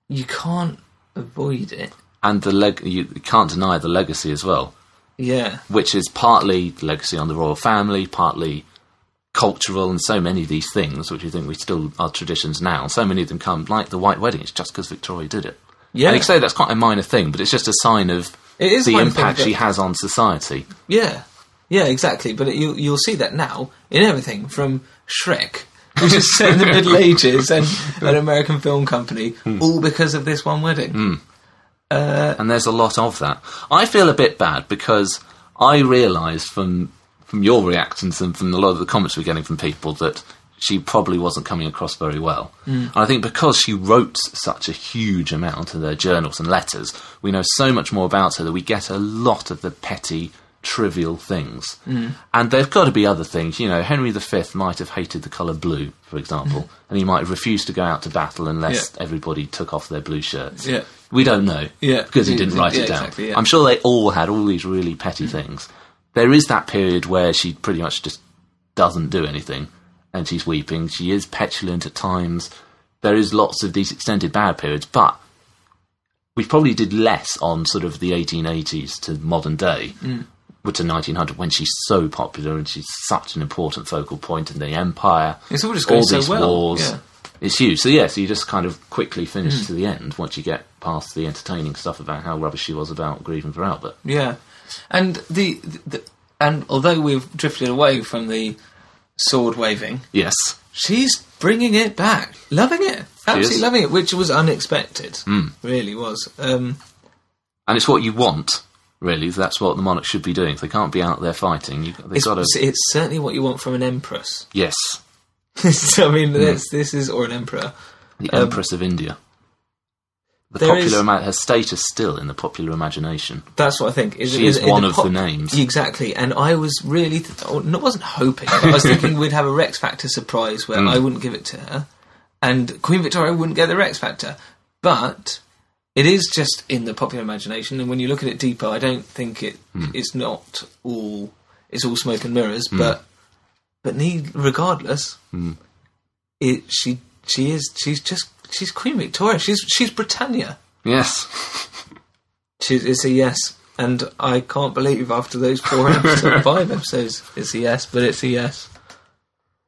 [SPEAKER 1] you can't avoid it.
[SPEAKER 2] And the leg- you can't deny the legacy as well,
[SPEAKER 1] Yeah.
[SPEAKER 2] which is partly legacy on the royal family, partly cultural, and so many of these things, which you think we still are traditions now. So many of them come, like the White Wedding, it's just because Victoria did it.
[SPEAKER 1] Yeah.
[SPEAKER 2] And you could say that's quite a minor thing, but it's just a sign of
[SPEAKER 1] It is a
[SPEAKER 2] the
[SPEAKER 1] minor
[SPEAKER 2] impact
[SPEAKER 1] thing, but-
[SPEAKER 2] she has on society.
[SPEAKER 1] Yeah, yeah, exactly. But it, you, you'll see that now in everything from Shrek, which is set in the Middle Ages, and an American film company,
[SPEAKER 2] Hmm.
[SPEAKER 1] all because of this one wedding.
[SPEAKER 2] and there's a lot of that. I feel a bit bad because I realised from from your reactions and from a lot of the comments we're getting from people that she probably wasn't coming across very well. And I think because she wrote such a huge amount in their journals and letters, we know so much more about her that we get a lot of the petty, trivial things. And there's got to be other things. You know, Henry V might have hated the colour blue, for example, and he might have refused to go out to battle unless everybody took off their blue shirts.
[SPEAKER 1] Yeah.
[SPEAKER 2] We don't know.
[SPEAKER 1] Yeah.
[SPEAKER 2] Because he didn't
[SPEAKER 1] Yeah,
[SPEAKER 2] write it down.
[SPEAKER 1] exactly, yeah.
[SPEAKER 2] I'm sure they all had all these really petty things. There is that period where she pretty much just doesn't do anything and she's weeping. She is petulant at times. There is lots of these extended bad periods, but we probably did less on sort of the 1880s to modern day,
[SPEAKER 1] Mm.
[SPEAKER 2] but to 1900 when she's so popular and she's such an important focal point in the empire.
[SPEAKER 1] It's all just going so well, yeah. Mm.
[SPEAKER 2] It's huge. So yeah, so you just kind of quickly finish to the end once you get past the entertaining stuff about how rubbish she was about grieving for Albert.
[SPEAKER 1] Yeah, and the, the and although we've drifted away from the sword waving,
[SPEAKER 2] Yes.
[SPEAKER 1] she's bringing it back, loving it, absolutely
[SPEAKER 2] is. Hmm.
[SPEAKER 1] loving it, which was unexpected. Really was. Um,
[SPEAKER 2] And it's what you want, really. That's what the monarch should be doing. They can't be out there fighting. You, they've
[SPEAKER 1] it's,
[SPEAKER 2] got to...
[SPEAKER 1] it's certainly what you want from an empress.
[SPEAKER 2] Yes.
[SPEAKER 1] I
[SPEAKER 2] Hmm.
[SPEAKER 1] mean, this, this is or an emperor.
[SPEAKER 2] The
[SPEAKER 1] Um,
[SPEAKER 2] Empress of India. The
[SPEAKER 1] there
[SPEAKER 2] popular
[SPEAKER 1] is-
[SPEAKER 2] ima- her status still in the popular imagination.
[SPEAKER 1] That's what I think. Is,
[SPEAKER 2] She is one of the names.
[SPEAKER 1] Exactly, and I was really, th- oh, no, wasn't hoping, but I was thinking we'd have a Rex Factor surprise
[SPEAKER 2] Mm.
[SPEAKER 1] where I wouldn't give it to her, and Queen Victoria wouldn't get the Rex Factor. But it is just in the popular imagination, and when you look at it deeper, I don't think it
[SPEAKER 2] Hmm.
[SPEAKER 1] it's not all it's all smoke and mirrors. But but need, regardless,
[SPEAKER 2] Hmm.
[SPEAKER 1] it she she is she's just she's Queen Victoria. She's she's Britannia.
[SPEAKER 2] Yes.
[SPEAKER 1] She's, it's a yes, and I can't believe after those four episodes, five episodes, it's a yes. But it's a yes.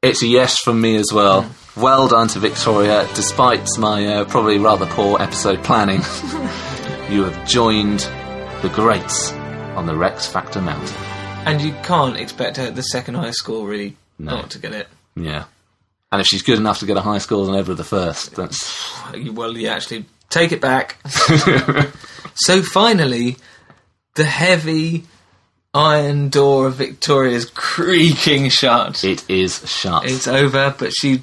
[SPEAKER 2] It's a yes from me as well. Well done to Victoria. Despite my uh, probably rather poor episode planning, you have joined the greats on the Rex Factor Mountain.
[SPEAKER 1] And you can't expect her at the second highest score really not to get it.
[SPEAKER 2] Yeah. And if she's good enough to get a high score than Edward the First, that's
[SPEAKER 1] Well, you actually take it back. so finally, the heavy iron door of Victoria's creaking shut.
[SPEAKER 2] it is shut.
[SPEAKER 1] It's over, but she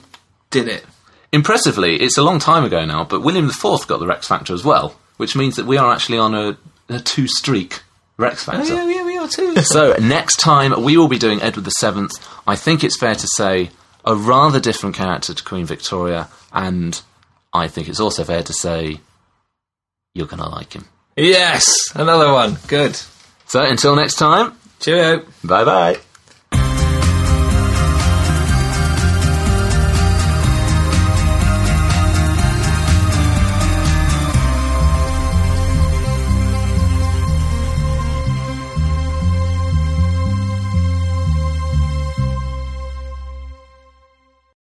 [SPEAKER 1] did it.
[SPEAKER 2] Impressively, it's a long time ago now, but William IV got the Rex Factor as well, which means that we are actually on a, a two streak Rex
[SPEAKER 1] Oh
[SPEAKER 2] Factor.
[SPEAKER 1] yeah, yeah, we are too.
[SPEAKER 2] So next time we will be doing Edward VII. I think it's fair to say a rather different character to Queen Victoria, and I think it's also fair to say you're going to like him.
[SPEAKER 1] yes, another one. Good.
[SPEAKER 2] So until next time,
[SPEAKER 1] Cheerio.
[SPEAKER 2] bye bye.